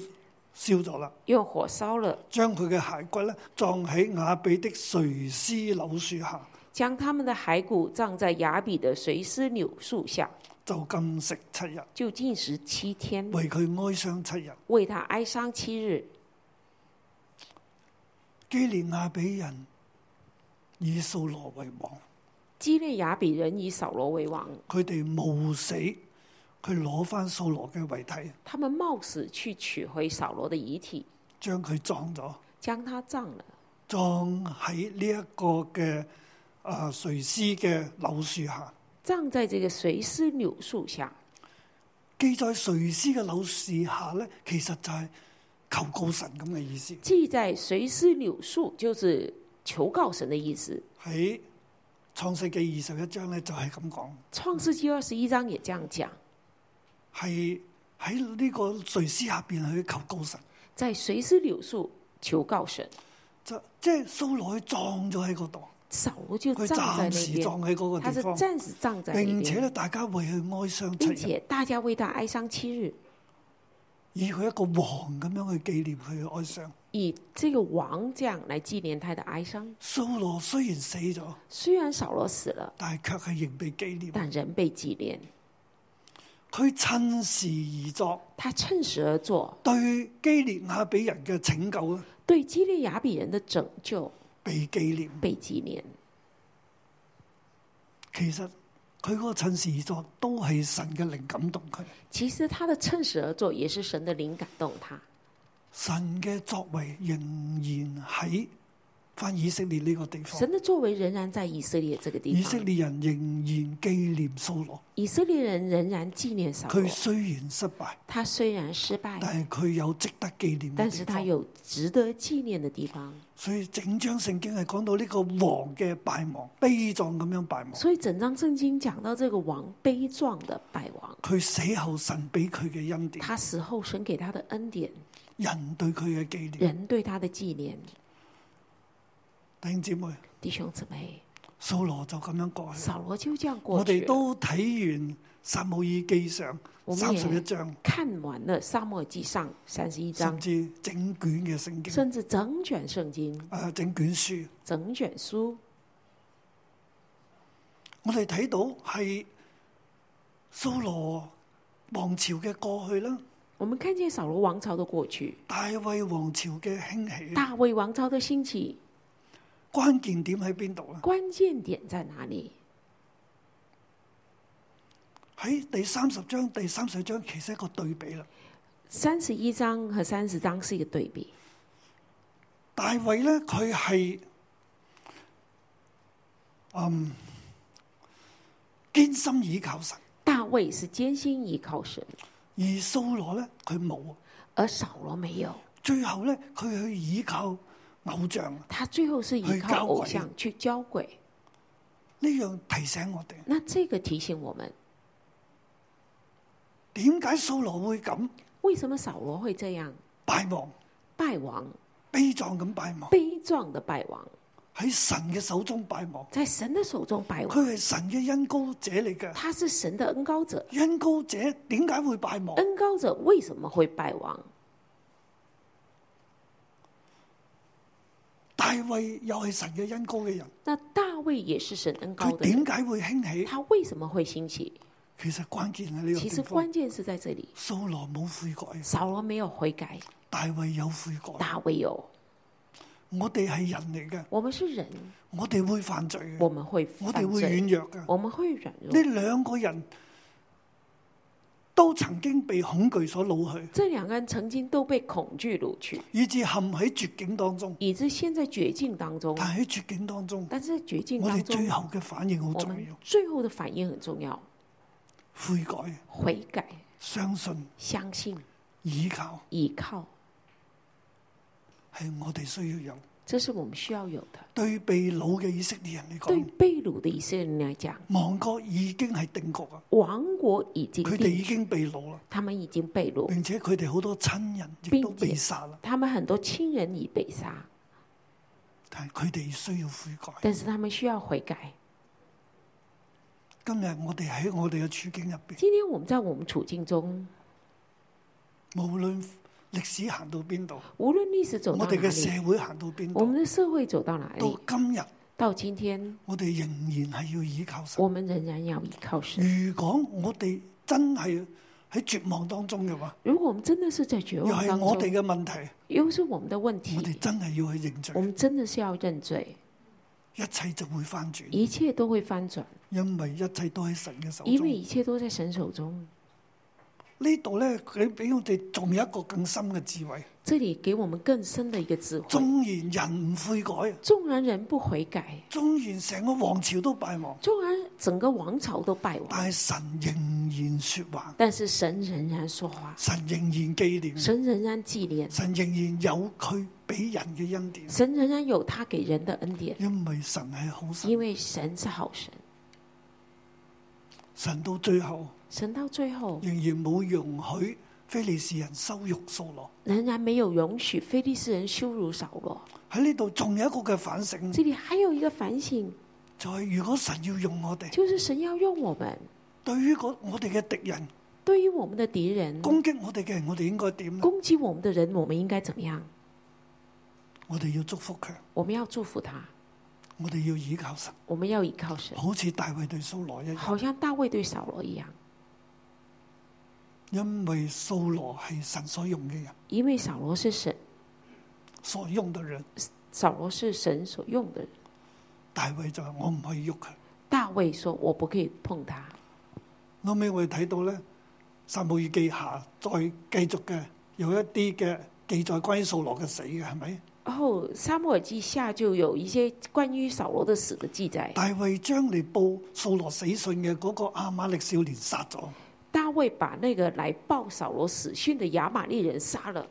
燒咗啦，
用火烧了，
將佢嘅骸骨咧葬喺雅比的垂絲柳樹下，
将他们的骸骨葬在雅比的垂丝柳树下，
就禁食七日，
就禁食七天，
為佢哀傷七日。
为他哀伤七日。
基列亞比人以掃羅為王，
基列雅比人以扫罗为王，
佢哋冒死，佢攞翻掃羅嘅遺體，
他们冒死去取回扫罗的遗体，
將佢葬咗，
将他葬了，
葬喺呢一個嘅啊垂絲嘅柳樹下。
葬在这个垂丝柳树下。
記載垂絲嘅柳樹下咧，其實就係求告神咁嘅意思。
记在随思柳树，就是求告神的意思。
喺創世記二十一章咧，就係咁講，
创世纪二十一章也这样讲，
係喺呢個垂絲下邊去求告神，
在随思柳树求告神，
就即係蘇羅撞咗喺嗰度，
扫罗就
佢
葬
暫
在那
時撞
边，
喺嗰個
他
地
是
方，
暂时葬在那
並且
边，
咧大家為佢哀傷
并
七日，
且大家为他哀伤七日，
以佢一個王咁樣去紀念佢嘅哀傷。
以这个王这样来纪念他的哀伤。
蘇羅雖然死咗，
虽然扫罗死了，
但係卻係仍被紀念。
但仍被纪念。
佢趁時而作，
他趁时而作，
對基列亞比人嘅拯救咧
对基列雅比人的拯救
被紀念。
被纪念。
其實佢嗰個趁時而作都係神嘅靈感動佢。
其实他的趁时而作也是神的灵感动他。
神嘅作為仍然喺翻以色列呢個地方
神，的作为仍然在以色列这个地方，
以色列人仍然紀念掃羅。
以色列人仍然纪念扫罗
佢。雖然失敗，
他虽然失败，
但係佢有值得紀念
但
嘅
是
地
他
方。
有值得纪念的地方。
所以整章聖經係講到呢個王嘅敗亡，悲壯咁樣敗亡。
所以整章圣经讲到这个王悲壮的败亡，
佢死後，神俾佢嘅恩典，
他死后神给他的恩典，
人對佢嘅紀念。
人对他的纪念。
弟兄姊妹，
弟兄姊妹，
掃羅就咁樣過去。
扫罗就这样过
我
去
哋
了。
都睇完撒母耳記上
我
三
们
十一
也
章，
看完了《沙漠记上》三十一章
甚，至整卷嘅聖經，
甚至整卷圣经、
啊整卷書。
整卷书，
我哋睇到係蘇羅王朝嘅過去啦，
我们看见扫罗王朝的过去，
大衛王朝嘅興起，
大卫王朝的兴起，
關鍵點喺邊度咧？啊
关键点在哪里？
喺第三十章、第三十章其實一個對比啦。
三十一章和三十章是一个对比。
大衛咧，佢係嗯堅心倚靠神，
大卫是艰辛依靠神，
而蘇羅咧佢冇，
而扫罗没有。
最後咧佢去倚靠偶像，呢
他最后是依
去交
靠
鬼
偶像去交鬼。
樣提醒我哋
那这个提醒我们，
點解蘇羅會咁
为什么扫罗会这样
敗亡、
败亡、
悲壯咁敗亡？
悲壮的败亡，
喺神嘅手中拜望，
在神的手中败亡？
佢係神嘅恩高者嚟嘅。
他是神的恩高者，
恩高者點解會拜望？
恩高者为什么会败亡？
大衛又係神嘅恩高嘅人，
那大卫也是神恩高
佢
的人
點，解會興起？
他为什么会兴起？
其實關鍵喺呢個
其
地
實
方。
關鍵是在这里，
掃羅冇悔改，啊
扫罗没有悔改，
大衛有悔改。
大卫有，
我哋係人嚟嘅，
我们是人，
我哋會犯罪嘅，
我们会
我
犯
哋會
罪，
軟弱嘅。
我们会软
呢
弱。
兩個人都曾經被恐懼所擄去，
这两个人曾经都被恐惧掳去，
以致陷喺絕境當中。
以致现在绝境当中。
但喺絕境當中，
但是在绝境
我
当
哋
中
最，後嘅反應好
我
重
们
要，
最后的反应很重要：
悔改、
悔改、
相信、
相信、
倚靠
倚靠，
係我哋需要有。
这是我们需要有的。
對被掳嘅以色列人嚟
对
講，
被掳的以色列人来讲，
亡國已經係定局啊！
亡国已经
佢哋
定
已經被掳啦，
他们已经被掳，
並且佢哋好多親人亦
並
都被
且
殺啦。
他们很多亲人已被杀，
但係佢哋需要悔改。
但是他们需要悔改。
今日我哋喺我哋嘅處境入邊，
今天我们在我们处境中，
無論歷史行到邊度，
无论历史走到
我
哪
哋嘅社
里，
會行到邊
我
度，
们的社会走到哪里
到，今日
到今天，
我哋仍然係要倚靠神。
我们仍然要依靠神。
如果我哋真係喺絕望當中嘅話，
如果我们真的是在绝
又
望
係
当
我哋
中，
嘅問題，
又是我们的问
我哋
题，
真係要去認
我
罪，
们真的是要认罪，
一切就會翻轉，
一切都会翻转，
因為一切都喺神嘅手
因为
嗯中。
一切都在神手中。
呢度咧，佢俾我哋仲有一個更深嘅智慧。
这里给我们更深的一个智慧：
縱然人唔悔改，
纵然人不悔改，
縱然成個王朝都敗亡，
纵然整个王朝都败亡，
但係神仍然说話，
但是神仍然说话，
神仍然紀念，
神仍然纪念，
神仍然有佢俾人嘅恩典，
神仍然有他给人的恩典，
因為神係好神
因，为神是好神。
神到最後
神到最后
仍然冇容許非利士人羞辱掃羅。
仍然没有容许非利士人羞辱扫罗。
喺呢度仲有一個嘅反省，
这里还有一个反省，
就係如果神要用我哋，
就是神要用我们，
對於嗰我哋嘅敵人
对于我们的敌人
攻擊我哋嘅人，我哋應該點呢？
攻击我们的人，我们应该怎么样？
我哋要祝福佢，
我们要祝福他，
我哋要倚靠神，
我们要依靠神，
好似大衛對掃羅一樣，
好像大卫对扫罗一样，
因為掃羅係神所用嘅人，
因为扫罗是神，
所用嘅人，
扫罗是神所用的人。
大衛就係我唔可以喐佢。
大卫说：“我不可以碰他。
後尾我哋睇到咧，《撒母耳記下》再繼續嘅有一啲嘅記載關於掃羅嘅死嘅，係咪？”
然后《沙漠耳记下》就有一些关于扫罗的死的记载。
大衛將嚟報掃羅死訊嘅嗰個亞瑪力少年殺咗，
大卫把那个来报扫罗死讯的亚玛利人杀了，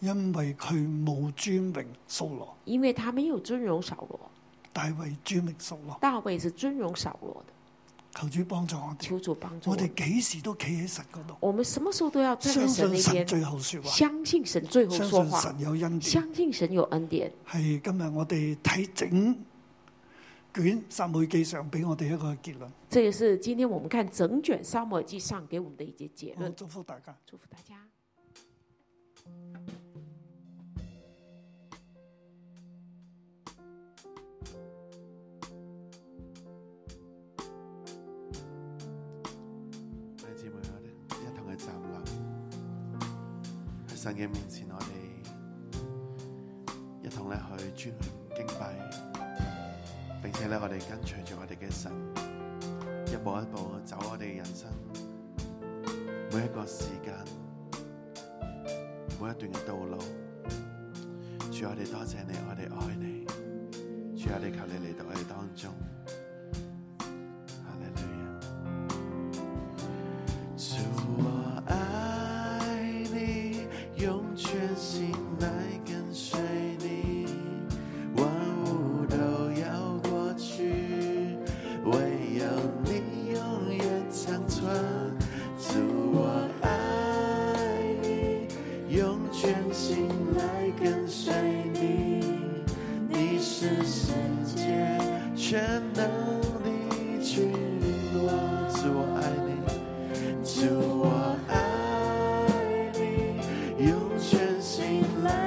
因為佢冇尊榮掃羅。
因为他没有尊荣扫罗。
大衛尊榮掃羅，
大卫是尊荣扫罗的，
求主幫助我哋。
求主帮助我
我
们
哋。幾時都企喺神嗰度，
我们什么时候都要站在
相
神
信
那
神
边，
最後说話，
相信神最后
相
说
信
话
神，有恩典。
相信神有恩典。
係今日我哋睇整卷撒母耳記上俾我哋一個結論。
这也是今天我们看整卷《沙漠耳记上》给我们的一些结
我
论。
祝福大家。
祝福大家。
弟兄姊妹，我哋一同去站立喺神嘅面前，我哋一同咧去尊榮敬拜，並且咧我哋跟隨住我哋嘅神，一步一步走我哋人生每一個時間，每一段嘅道路。主，我哋多謝你，我哋愛你。主，我哋求你嚟到我哋當中。哈利路亞。主，我爱你，用全心来跟随你，万物都要过去，唯有你永远长存。主，我爱你，用全心来跟随你，你是世界全能啊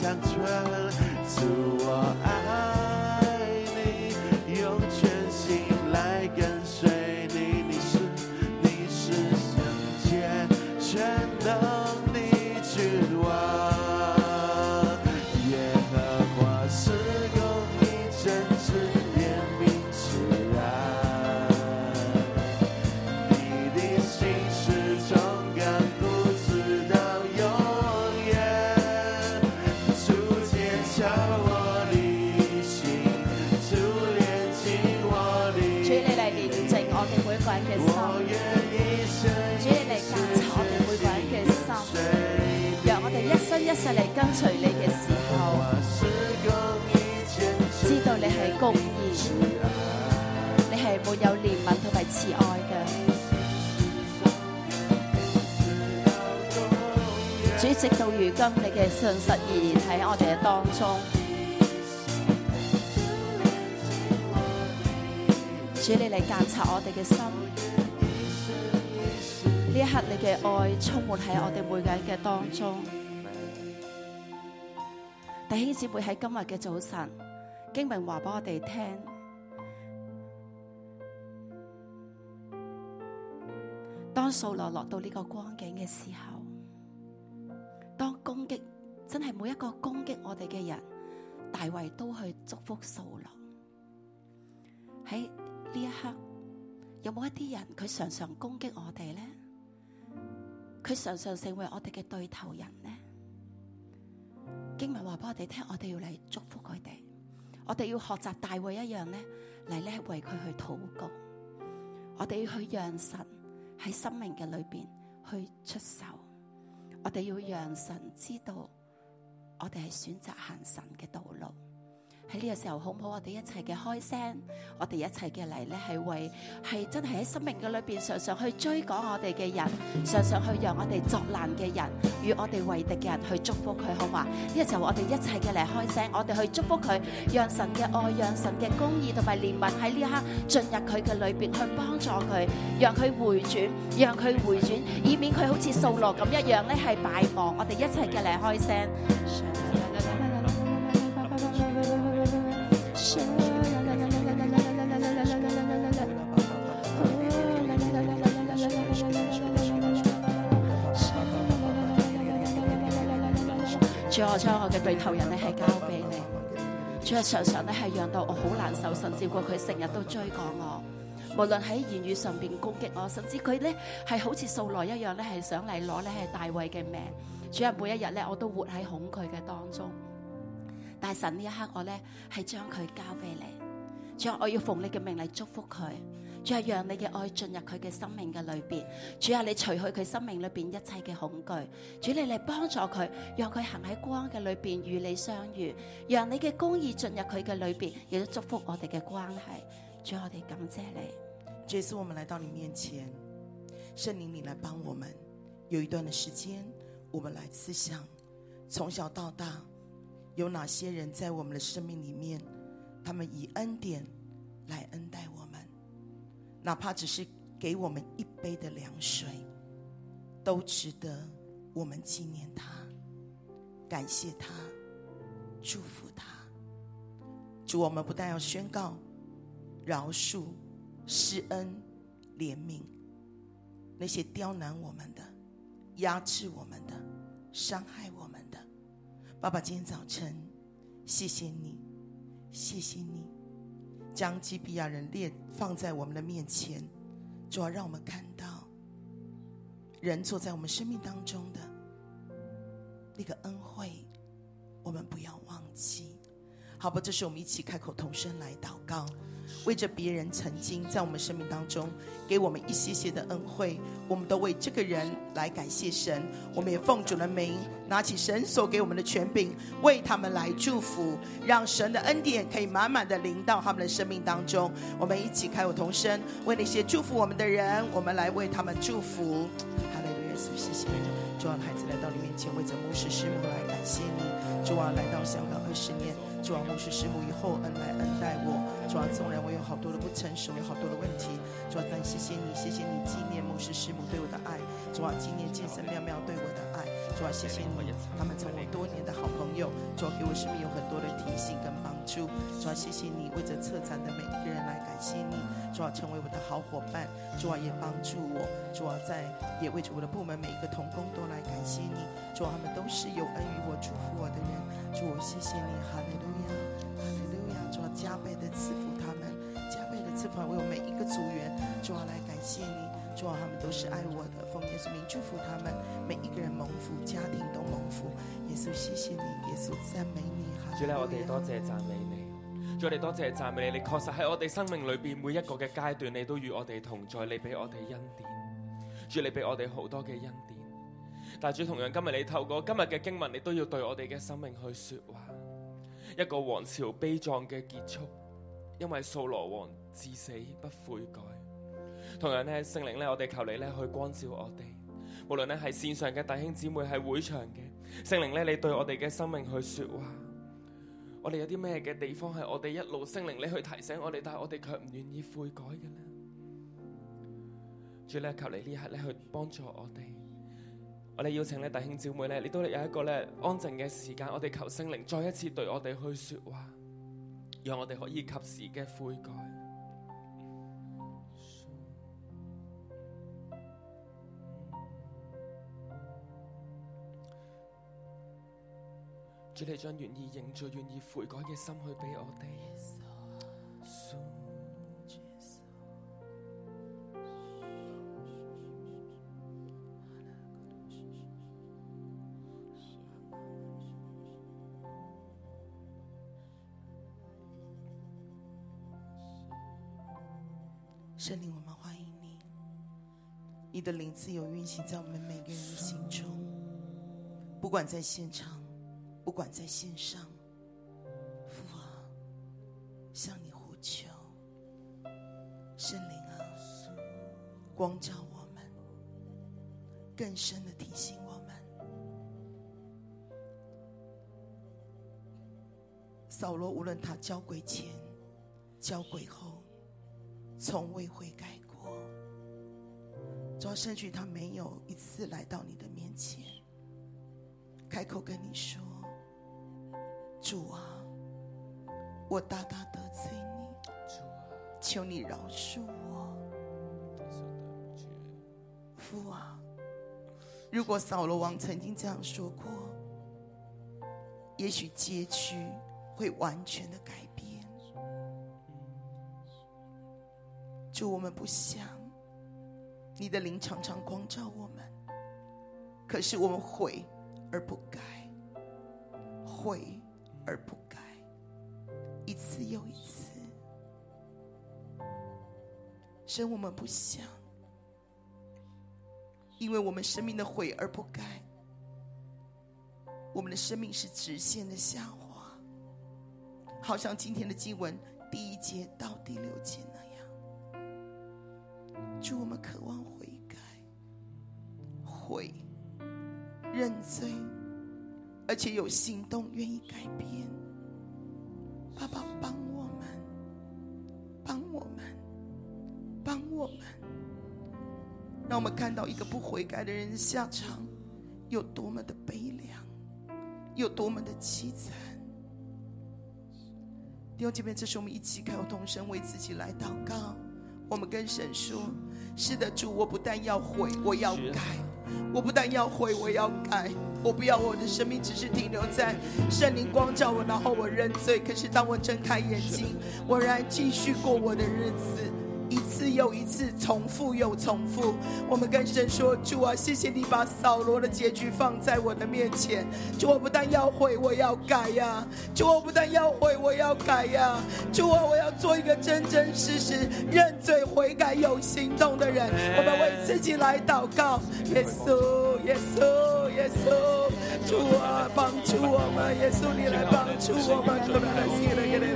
长存。主，我爱你，用全心来跟随你。你是你是圣洁全能的君王，耶和华是公义真挚怜悯慈爱。你的心是忠肝，不直到永远。主坚强我的心，主怜悯我的
主你嚟
灵，
煉淨我哋每個人嘅
我
心，
愿一生
主你嚟鑒察我哋每個人嘅心，
随你。
讓我哋一生一世嚟跟隨你嘅時候，
我是公义坚持
知道你係公義，你係滿有憐憫同埋慈愛嘅。主直到如今，你嘅信實依然喺我哋嘅當中。主你嚟監察我哋嘅心，呢一刻你嘅愛充滿喺我哋每個人嘅當中。弟兄姊妹喺今日嘅早晨，經文話俾我哋聽，當掃羅落到呢個光景嘅時候，當攻擊真係每一個攻擊我哋嘅人，大衛都去祝福掃羅。喺呢一刻，有冇一啲人佢常常攻擊我哋呢？佢常常成為我哋嘅對頭人呢？經文話俾我哋聽，我哋要嚟祝福佢哋，我哋要學習大衛一樣呢，嚟咧為佢去禱告，我哋要去讓神喺生命嘅裏邊去出手，我哋要讓神知道我哋係選擇行神嘅道路。喺呢個時候，好唔好？我哋一齊嘅開聲，我哋一齊嘅嚟咧，係為係真係喺生命嘅裏邊，常常去追趕我哋嘅人，常常去讓我哋作難嘅人，與我哋為敵嘅人去祝福佢，好嘛？呢個時候，我哋一齊嘅嚟開聲，我哋去祝福佢，讓神嘅愛、讓神嘅公義同埋憐憫喺呢一刻進入佢嘅裏邊，去幫助佢，讓佢回轉，讓佢回轉，以免佢好似掃羅咁一樣咧係敗亡。我哋一齊嘅嚟開聲。主，我將我嘅對頭人咧係交俾你。主啊，常常咧係讓到我好難受，甚至過佢成日都追趕我。無論喺言語上邊攻擊我，甚至佢咧係好似掃羅一樣咧，係想嚟攞咧係大衛嘅命。主啊，每一日咧我都活喺恐懼嘅當中。但係神呢一刻我咧係將佢交俾你。主啊，我要奉你嘅命嚟祝福佢。主啊，讓你嘅愛進入佢嘅生命嘅裏邊。主啊，你除去佢生命裏邊一切嘅恐懼。主你嚟幫助佢，讓佢行喺光嘅裏邊與你相遇，讓你嘅公義進入佢嘅裏邊，亦都祝福我哋嘅關係。主，我哋感謝你。
这一次我们来到你面前，圣灵你来帮我们。有一段的时间，我们来思想，从小到大，有哪些人在我们的生命里面，他们以恩典来恩待我们，哪怕只是给我们一杯的凉水，都值得我们纪念他，感谢他，祝福他。主，我们不但要宣告饶恕、施恩、怜悯那些刁难我们的、压制我们的、伤害我们的。爸爸，今天早晨，谢谢你，谢谢你，将基比亚人列放在我们的面前，主要让我们看到人坐在我们生命当中的那个恩惠，我们不要忘记。好吧，这是我们一起开口同声来祷告，为着别人曾经在我们生命当中给我们一些些的恩惠，我们都为这个人来感谢神。我们也奉主的名，拿起神所给我们的权柄，为他们来祝福，让神的恩典可以满满的临到他们的生命当中。我们一起开口同声，为那些祝福我们的人，我们来为他们祝福。哈利路亚，主谢谢你，主啊，孩子来到你面前，为着牧师师母来感谢你。主啊，来到香港二十年，主啊，牧师师母以后恩来恩待我。主啊，纵然我有好多的不成熟，有好多的问题，主啊，但谢谢你，谢谢你纪念牧师师母对我的爱。主啊，纪念健身妙妙对我的爱。主啊，谢谢你，他们成为多年的好朋友，主啊，给我生命有很多的提醒跟帮助，主啊，谢谢你为着策展的每一个人来感谢你，主啊，成为我的好伙伴，主啊，也帮助我，主啊，在也为着我的部门每一个同工都来感谢你，主啊，他们都是有恩于我、祝福我的人，主我谢谢你，哈利路亚，哈利路亚，主啊，加倍的赐福他们，加倍的赐福为我每一个组员，主啊，来感谢你。主啊，他们都是爱我的，奉耶稣名祝福他们，每一个人蒙福，家庭都蒙福。耶稣谢谢你，耶稣赞美你，哈利
主咧，我
路
哋
亚
多謝讚美你。主，我哋多謝讚美你，你確實喺我哋生命裏邊每一個嘅階段，你都與我哋同在，你俾我哋恩典。主，你俾我哋好多嘅恩典。但主同樣今日你透過今日嘅經文，你都要對我哋嘅生命去說話。一個王朝悲壯嘅結束，因為掃羅王至死不悔改。同樣呢，聖靈呢，我哋求你呢去光照我哋，無論呢係線上嘅弟兄姊妹，係會場嘅聖靈呢，你對我哋嘅生命去說話。我哋有啲咩嘅地方係我哋一路聖靈你去提醒我哋，但係我哋卻唔願意悔改嘅呢？主咧，求你呢一刻咧去幫助我哋。我哋邀請咧弟兄姊妹咧，你都有一個咧安靜嘅時間，我哋求聖靈再一次對我哋去說話，讓我哋可以及時嘅悔改。主你將願意認罪、願意悔改嘅心去俾我哋。
圣灵，我们欢迎你，你的灵自由运行在我们每个人的心中，不管在现场，不管在线上，父啊，向你呼求，圣灵啊，光照我们，更深的提醒我们。扫罗无论他交鬼前，交鬼后。从未悔改过。主要甚至于他没有一次来到你的面前，开口跟你说：“主啊，我大大得罪你，求你饶恕我。”父啊，如果扫罗王曾经这样说过，也许结局会完全的改变。主，我们不想你的灵常常光照我们，可是我们悔而不改，悔而不改，一次又一次。神，我们不想，因为我们生命的悔而不改，我们的生命是直线的下滑，好像今天的经文第一节到第六节那样。主，我们渴望悔改、悔、认罪，而且有行动，愿意改变。爸爸，帮我们，帮我们，帮我们，让我们看到一个不悔改的人的下场有多么的悲凉，有多么的凄惨。弟兄姐妹，这是我们一起开口同声为自己来祷告。我们跟神说：“是的，主，我不但要悔，我要改；我不但要悔，我要改。我不要我的生命只是停留在圣灵光照我，然后我认罪。可是当我睁开眼睛，我仍然继续过我的日子。”一次又一次，重复又重复。我们跟神说：“主啊，谢谢你把扫罗的结局放在我的面前。主，我不但要悔，我要改啊呀、主，我不但要悔，我要改呀、主啊，我要做一个真真实实认罪悔改有行动的人。”我们为自己来祷告，耶稣，耶稣，耶稣。主啊，帮助我们，耶稣你来帮助我们。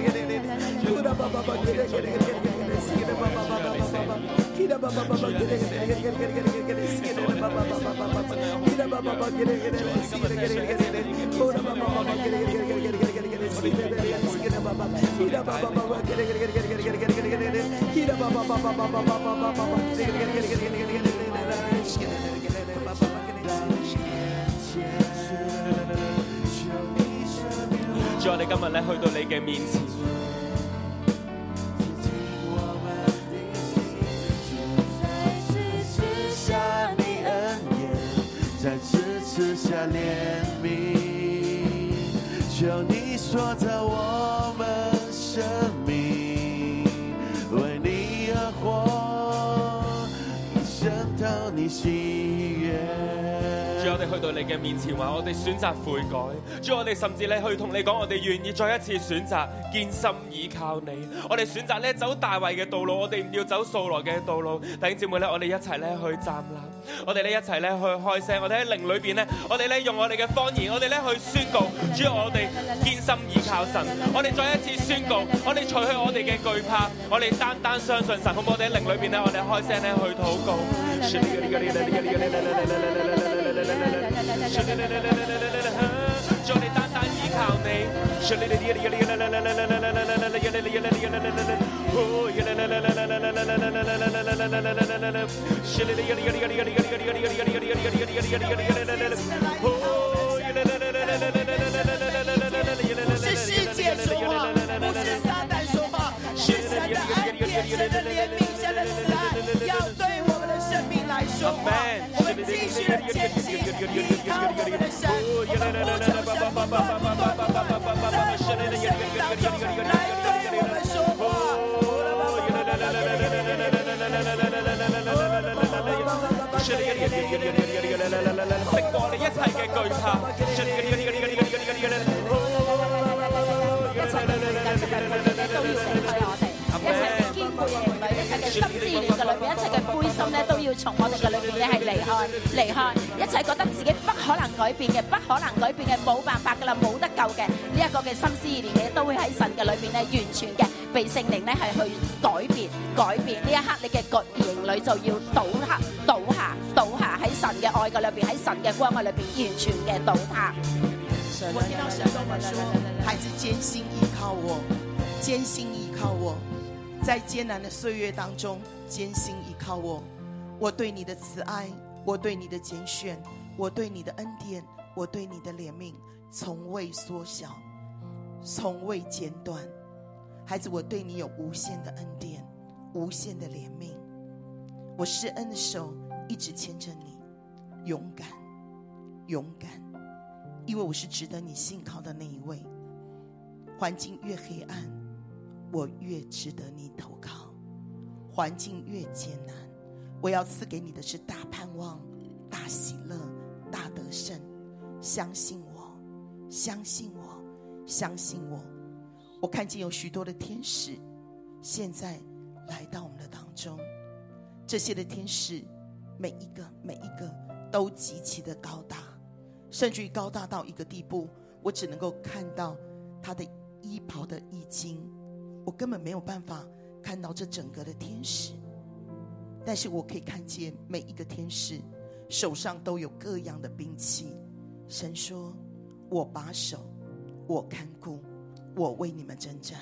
Yeah.
主，我哋今日咧去到你嘅面前，
再次赐下怜悯，求你塑造我们生命，为你而活，一生讨你喜悦。
主，我哋去到你嘅面前，話我哋選擇悔改，主，我哋甚至咧去同你講，我哋願意再一次選擇堅心倚靠你，我哋選擇咧走大衛嘅道路，我哋唔要走掃羅嘅道路。弟兄姊妹咧，我哋一齊咧去站立，我哋咧一齊咧去開聲，我哋喺靈裏邊咧，我哋咧用我哋嘅方言，我哋咧去宣告，主，我哋堅心倚靠神，我哋再一次宣告，我哋除去我哋嘅懼怕，我哋單單相信神，好唔好？我哋喺靈裏邊咧，我哋開聲咧去禱告。
不是世界说话，不是撒旦说话，是神的恩典、神的怜悯、神的慈爱，要对我们的生命来说话。我们继续的前进，依靠我们的神，我们不求神不断不断不断，在我们的生命当中来对我们说话。
勝過你一切嘅懼怕。
我听到神跟我们说：“孩子，艰辛依靠我，艰辛依靠我，在艰难的岁月当中，艰辛依靠我。我对你的慈爱，我对你的拣选，我对你的恩典，我对你的怜悯，从未缩小，从未间断。孩子，我对你有无限的恩典，无限的怜悯。我施恩的手一直牵着你，勇敢，勇敢。”因为我是值得你信靠的那一位。环境越黑暗，我越值得你投靠；环境越艰难，我要赐给你的是大盼望、大喜乐、大得胜。相信我，相信我，相信我。我看见有许多的天使，现在来到我们的当中。这些的天使，每一个每一个都极其的高大。甚至于高大到一个地步，我只能够看到他的衣袍的衣襟，我根本没有办法看到这整个的天使。但是我可以看见每一个天使手上都有各样的兵器。神说：“我把守，我看顾，我为你们征战。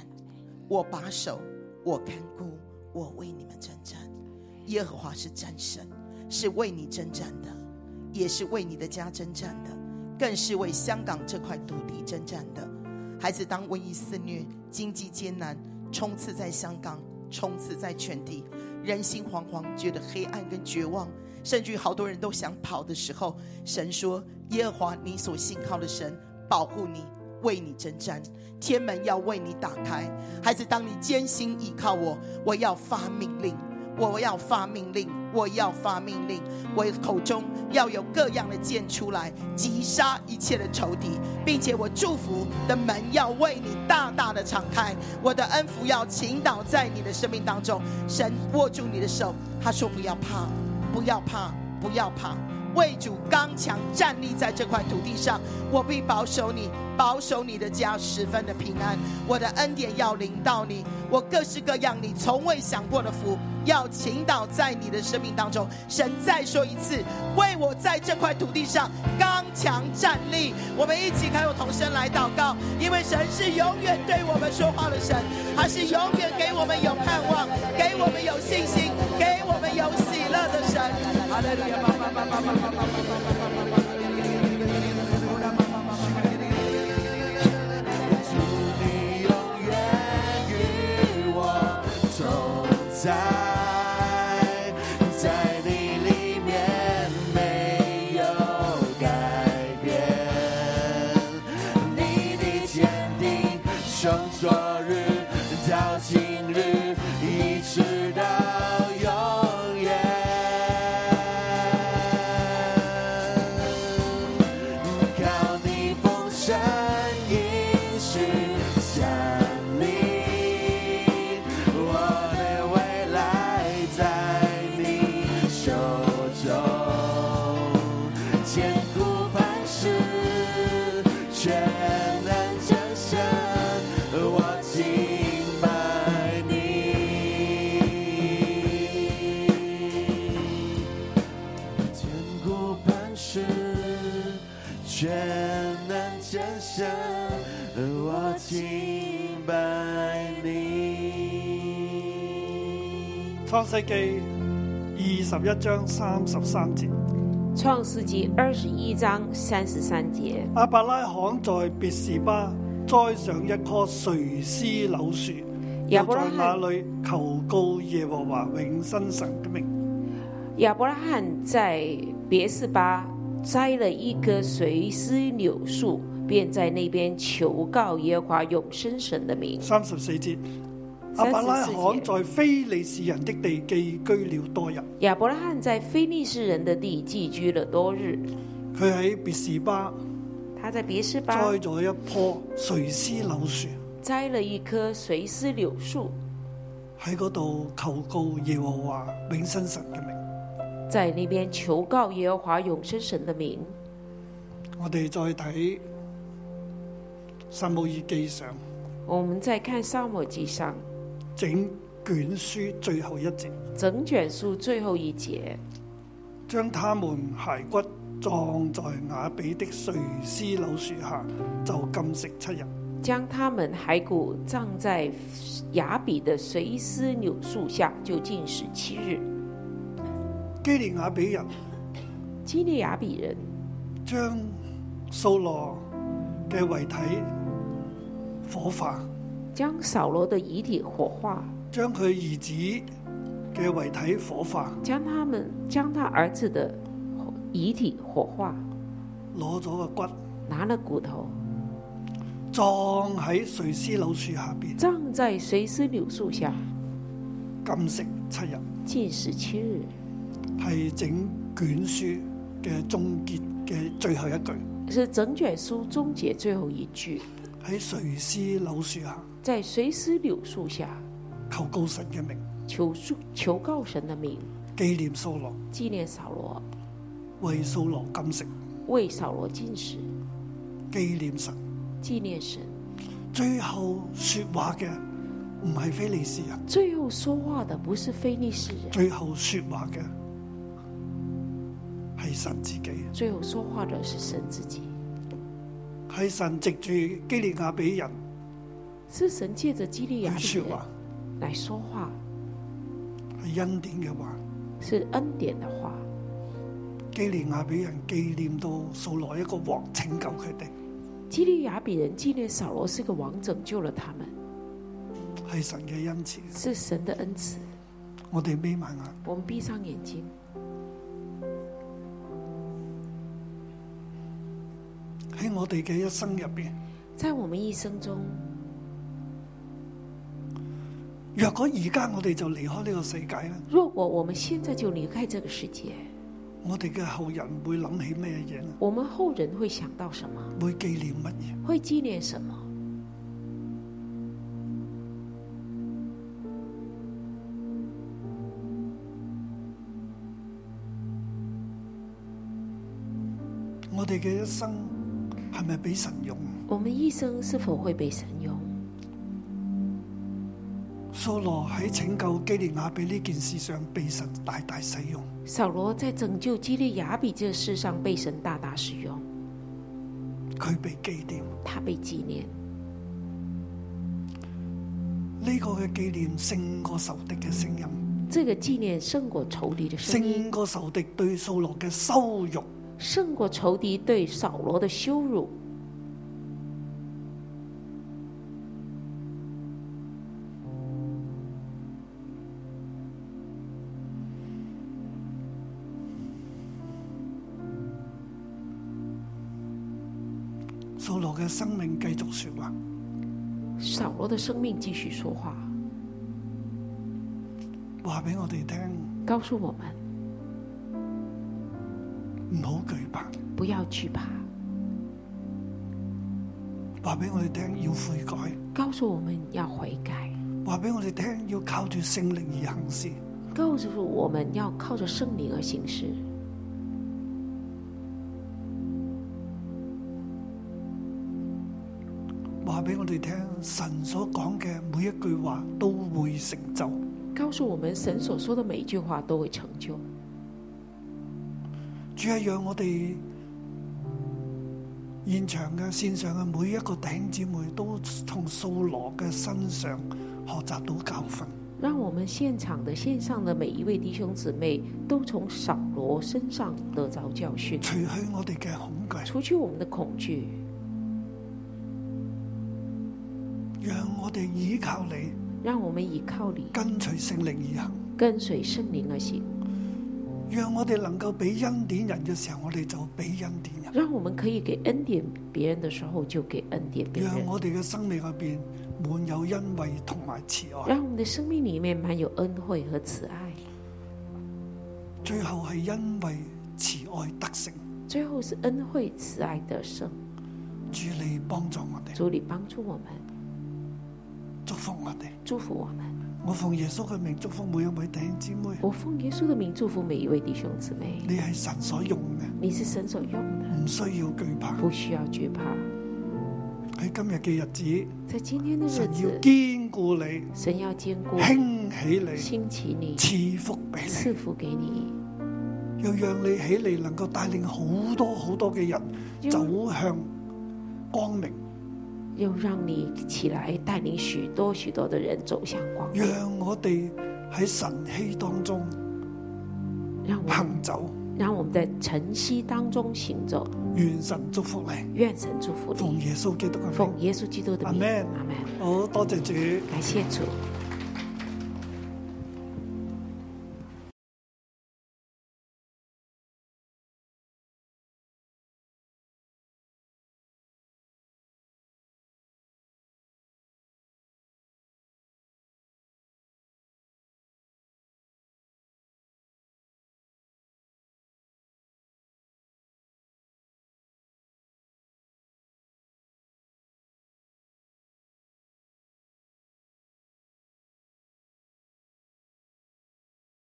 我把守，我看顾，我为你们征战。耶和华是战神，是为你征战的。”也是为你的家征战的，更是为香港这块土地征战的。孩子，当瘟疫肆虐、经济艰难冲刺在香港，冲刺在全地，人心惶惶，觉得黑暗跟绝望，甚至于好多人都想跑的时候，神说：“耶和华你所信靠的神保护你，为你征战，天门要为你打开。”孩子，当你艰辛依靠我，我要发命令。我要发命令，我要发命令，我口中要有各样的剑出来，击杀一切的仇敌，并且我祝福的门要为你大大的敞开，我的恩福要倾倒在你的生命当中。神握住你的手，他说：“不要怕，不要怕，不要怕。”为主刚强站立在这块土地上，我必保守你，保守你的家十分的平安。我的恩典要临到你，我各式各样你从未想过的福要倾倒在你的生命当中。神再说一次，为我在这块土地上刚强站立。我们一起开口同声来祷告，因为神是永远对我们说话的神，他是永远给我们有盼望，给我们有信心，给我们有喜乐的神。哈利路亚。
我从昨日到今日，一直到永远。靠你丰盛应许降临，我的未来在你手中，坚固磐石，全能真神，我敬拜你。坚固磐石，全能战胜，我敬拜你。
創世記二十一章三十三節，
创世纪二十一章三十三节，
阿伯拉罕在別是巴栽上一棵垂絲柳樹，
亞
又
伯拉
在
罕
那裏求告耶和華永生神嘅名。
亚伯拉罕在别是巴栽了一棵垂丝柳树，便在那边求告耶和华永生神的名。
三十四節，阿伯拉罕在非利士人的地寄居了多日，
亚伯拉罕在非利士人的地寄居了多日，
佢喺別是巴
他在别是巴
栽咗一棵垂絲柳樹，
栽了一棵垂丝柳树，
喺嗰度求告耶和華永生神嘅名。
在那边求告耶和华永生神的名。
我哋再睇撒母耳記上
我们再看萨母记上
整卷書最後一節，
整卷书最后一节，
將他們骸骨葬在雅比的垂絲柳樹下，就禁食七日。
将他们骸骨葬在雅比的垂丝柳树下，就禁食七日。
基列雅比人
基利雅比人
將掃羅嘅遺體火化，
将扫罗的遗体火化，
將佢兒子嘅遺體火化，
将他们将他儿子的遗体火化，
攞咗個骨
拿了骨头
葬喺垂絲柳樹下邊，
葬在垂丝柳树下，
禁食七日，
禁食七日。
係整卷書嘅終結嘅最後一句。
是整卷书终结最后一句，
喺垂絲柳樹下
在垂丝柳树下
求告神嘅名，
求助求告神的名，
紀念掃羅，
纪念扫罗，
為掃羅禁食，
为扫罗禁食，
紀念神。
纪念神。
最後說話嘅唔係非利士人。
最后说话的不是非利士人，
最後说話嘅係神自己，
最后说话的是神自己，
係神藉住基利亞比人
是神借着基利亚
去
比
说
人
話，
来说话，
係恩典嘅話。
是恩典的话。
基利亞比人紀念到掃羅一個王拯救佢哋，
基利亚比人纪念扫罗是个王，拯救了他们，
係神嘅恩賜。
是神的恩慈。
我哋眯埋眼，
我们闭上眼睛，
喺我哋嘅一生入邊，
在我们一生中，
若果而家我哋就離開呢個世界咧，
若果我们现在就离开这个世界，
我哋嘅後人會諗起咩嘢咧？
我们后人会想到什么？
會紀念乜嘢？
会纪念什么？
我哋嘅一生係咪俾神用？
我们一生是否会被神用？
掃羅喺拯救基利亞比呢件事上被神大大使用。
扫罗在拯救基利雅比这事上被神大大使用，
佢被紀念，
他被纪念。
呢、個嘅紀念勝過仇敵嘅聲音，
这个纪念胜过仇敌的声音，
勝過仇敵對掃羅嘅羞辱。
胜过仇敌对扫罗的羞辱。
掃羅嘅生命繼續説話，
扫罗的生命继续说话，
話俾我哋聽，
告诉我们
唔好懼怕；
不要惧怕，
話俾我哋聽，要悔改；
告诉我们要悔改，
話俾我哋聽，要靠住聖靈而行事。
告诉我们要靠着圣灵而行事。
話俾我哋聽，神所講嘅每一句話都會成就。
告诉我们，神所说的每一句话都会成就。
主係讓我哋現場嘅線上嘅每一個弟兄姊妹都從掃羅嘅身上學習到教訓。
让我们现场的、线上的每一位弟兄姊妹都从扫罗身上得着教训，
除去我哋嘅恐懼，
除去我们的恐惧，
讓我哋依靠你，
让我们倚靠你，
跟隨聖靈而行。
跟随聖灵而行。
讓我哋能夠俾恩典人嘅時候，我哋就俾恩典人。
让我们可以给恩典别人的时候，就给恩典别
讓
人。
我哋嘅生命入邊滿有恩惠同埋慈愛。
让我们的生命里面满有恩惠和慈爱。
最後係因為慈愛得勝，
最后是恩惠慈爱得胜。
主你幫助我哋，
主你帮助我们，
祝福我哋。
祝福我们。
我奉耶穌嘅名祝福每一位弟兄姊妹。
我奉耶穌的名祝福每一位弟兄姊妹。
你係神所用嘅，
你是神所用的，
唔需要懼怕。
不需要惧怕。
喺今日嘅日子，
在今天的日
神要
子，
堅固你，
神要兼顾你
興起
兴起你
你，，賜福俾
赐福给你，
你，又讓你起嚟能夠帶領好多好多嘅人走向光明，
又让你起来带领许多许多的人走向光明，
讓我哋喺神希當中
让我们
行走。
让我们在晨曦当中行走。
願神祝福你，
愿神祝福
奉
你，
耶穌基督嘅名
奉。耶稣基督的
阿
名，
门
阿门。
好多謝主。
感谢主。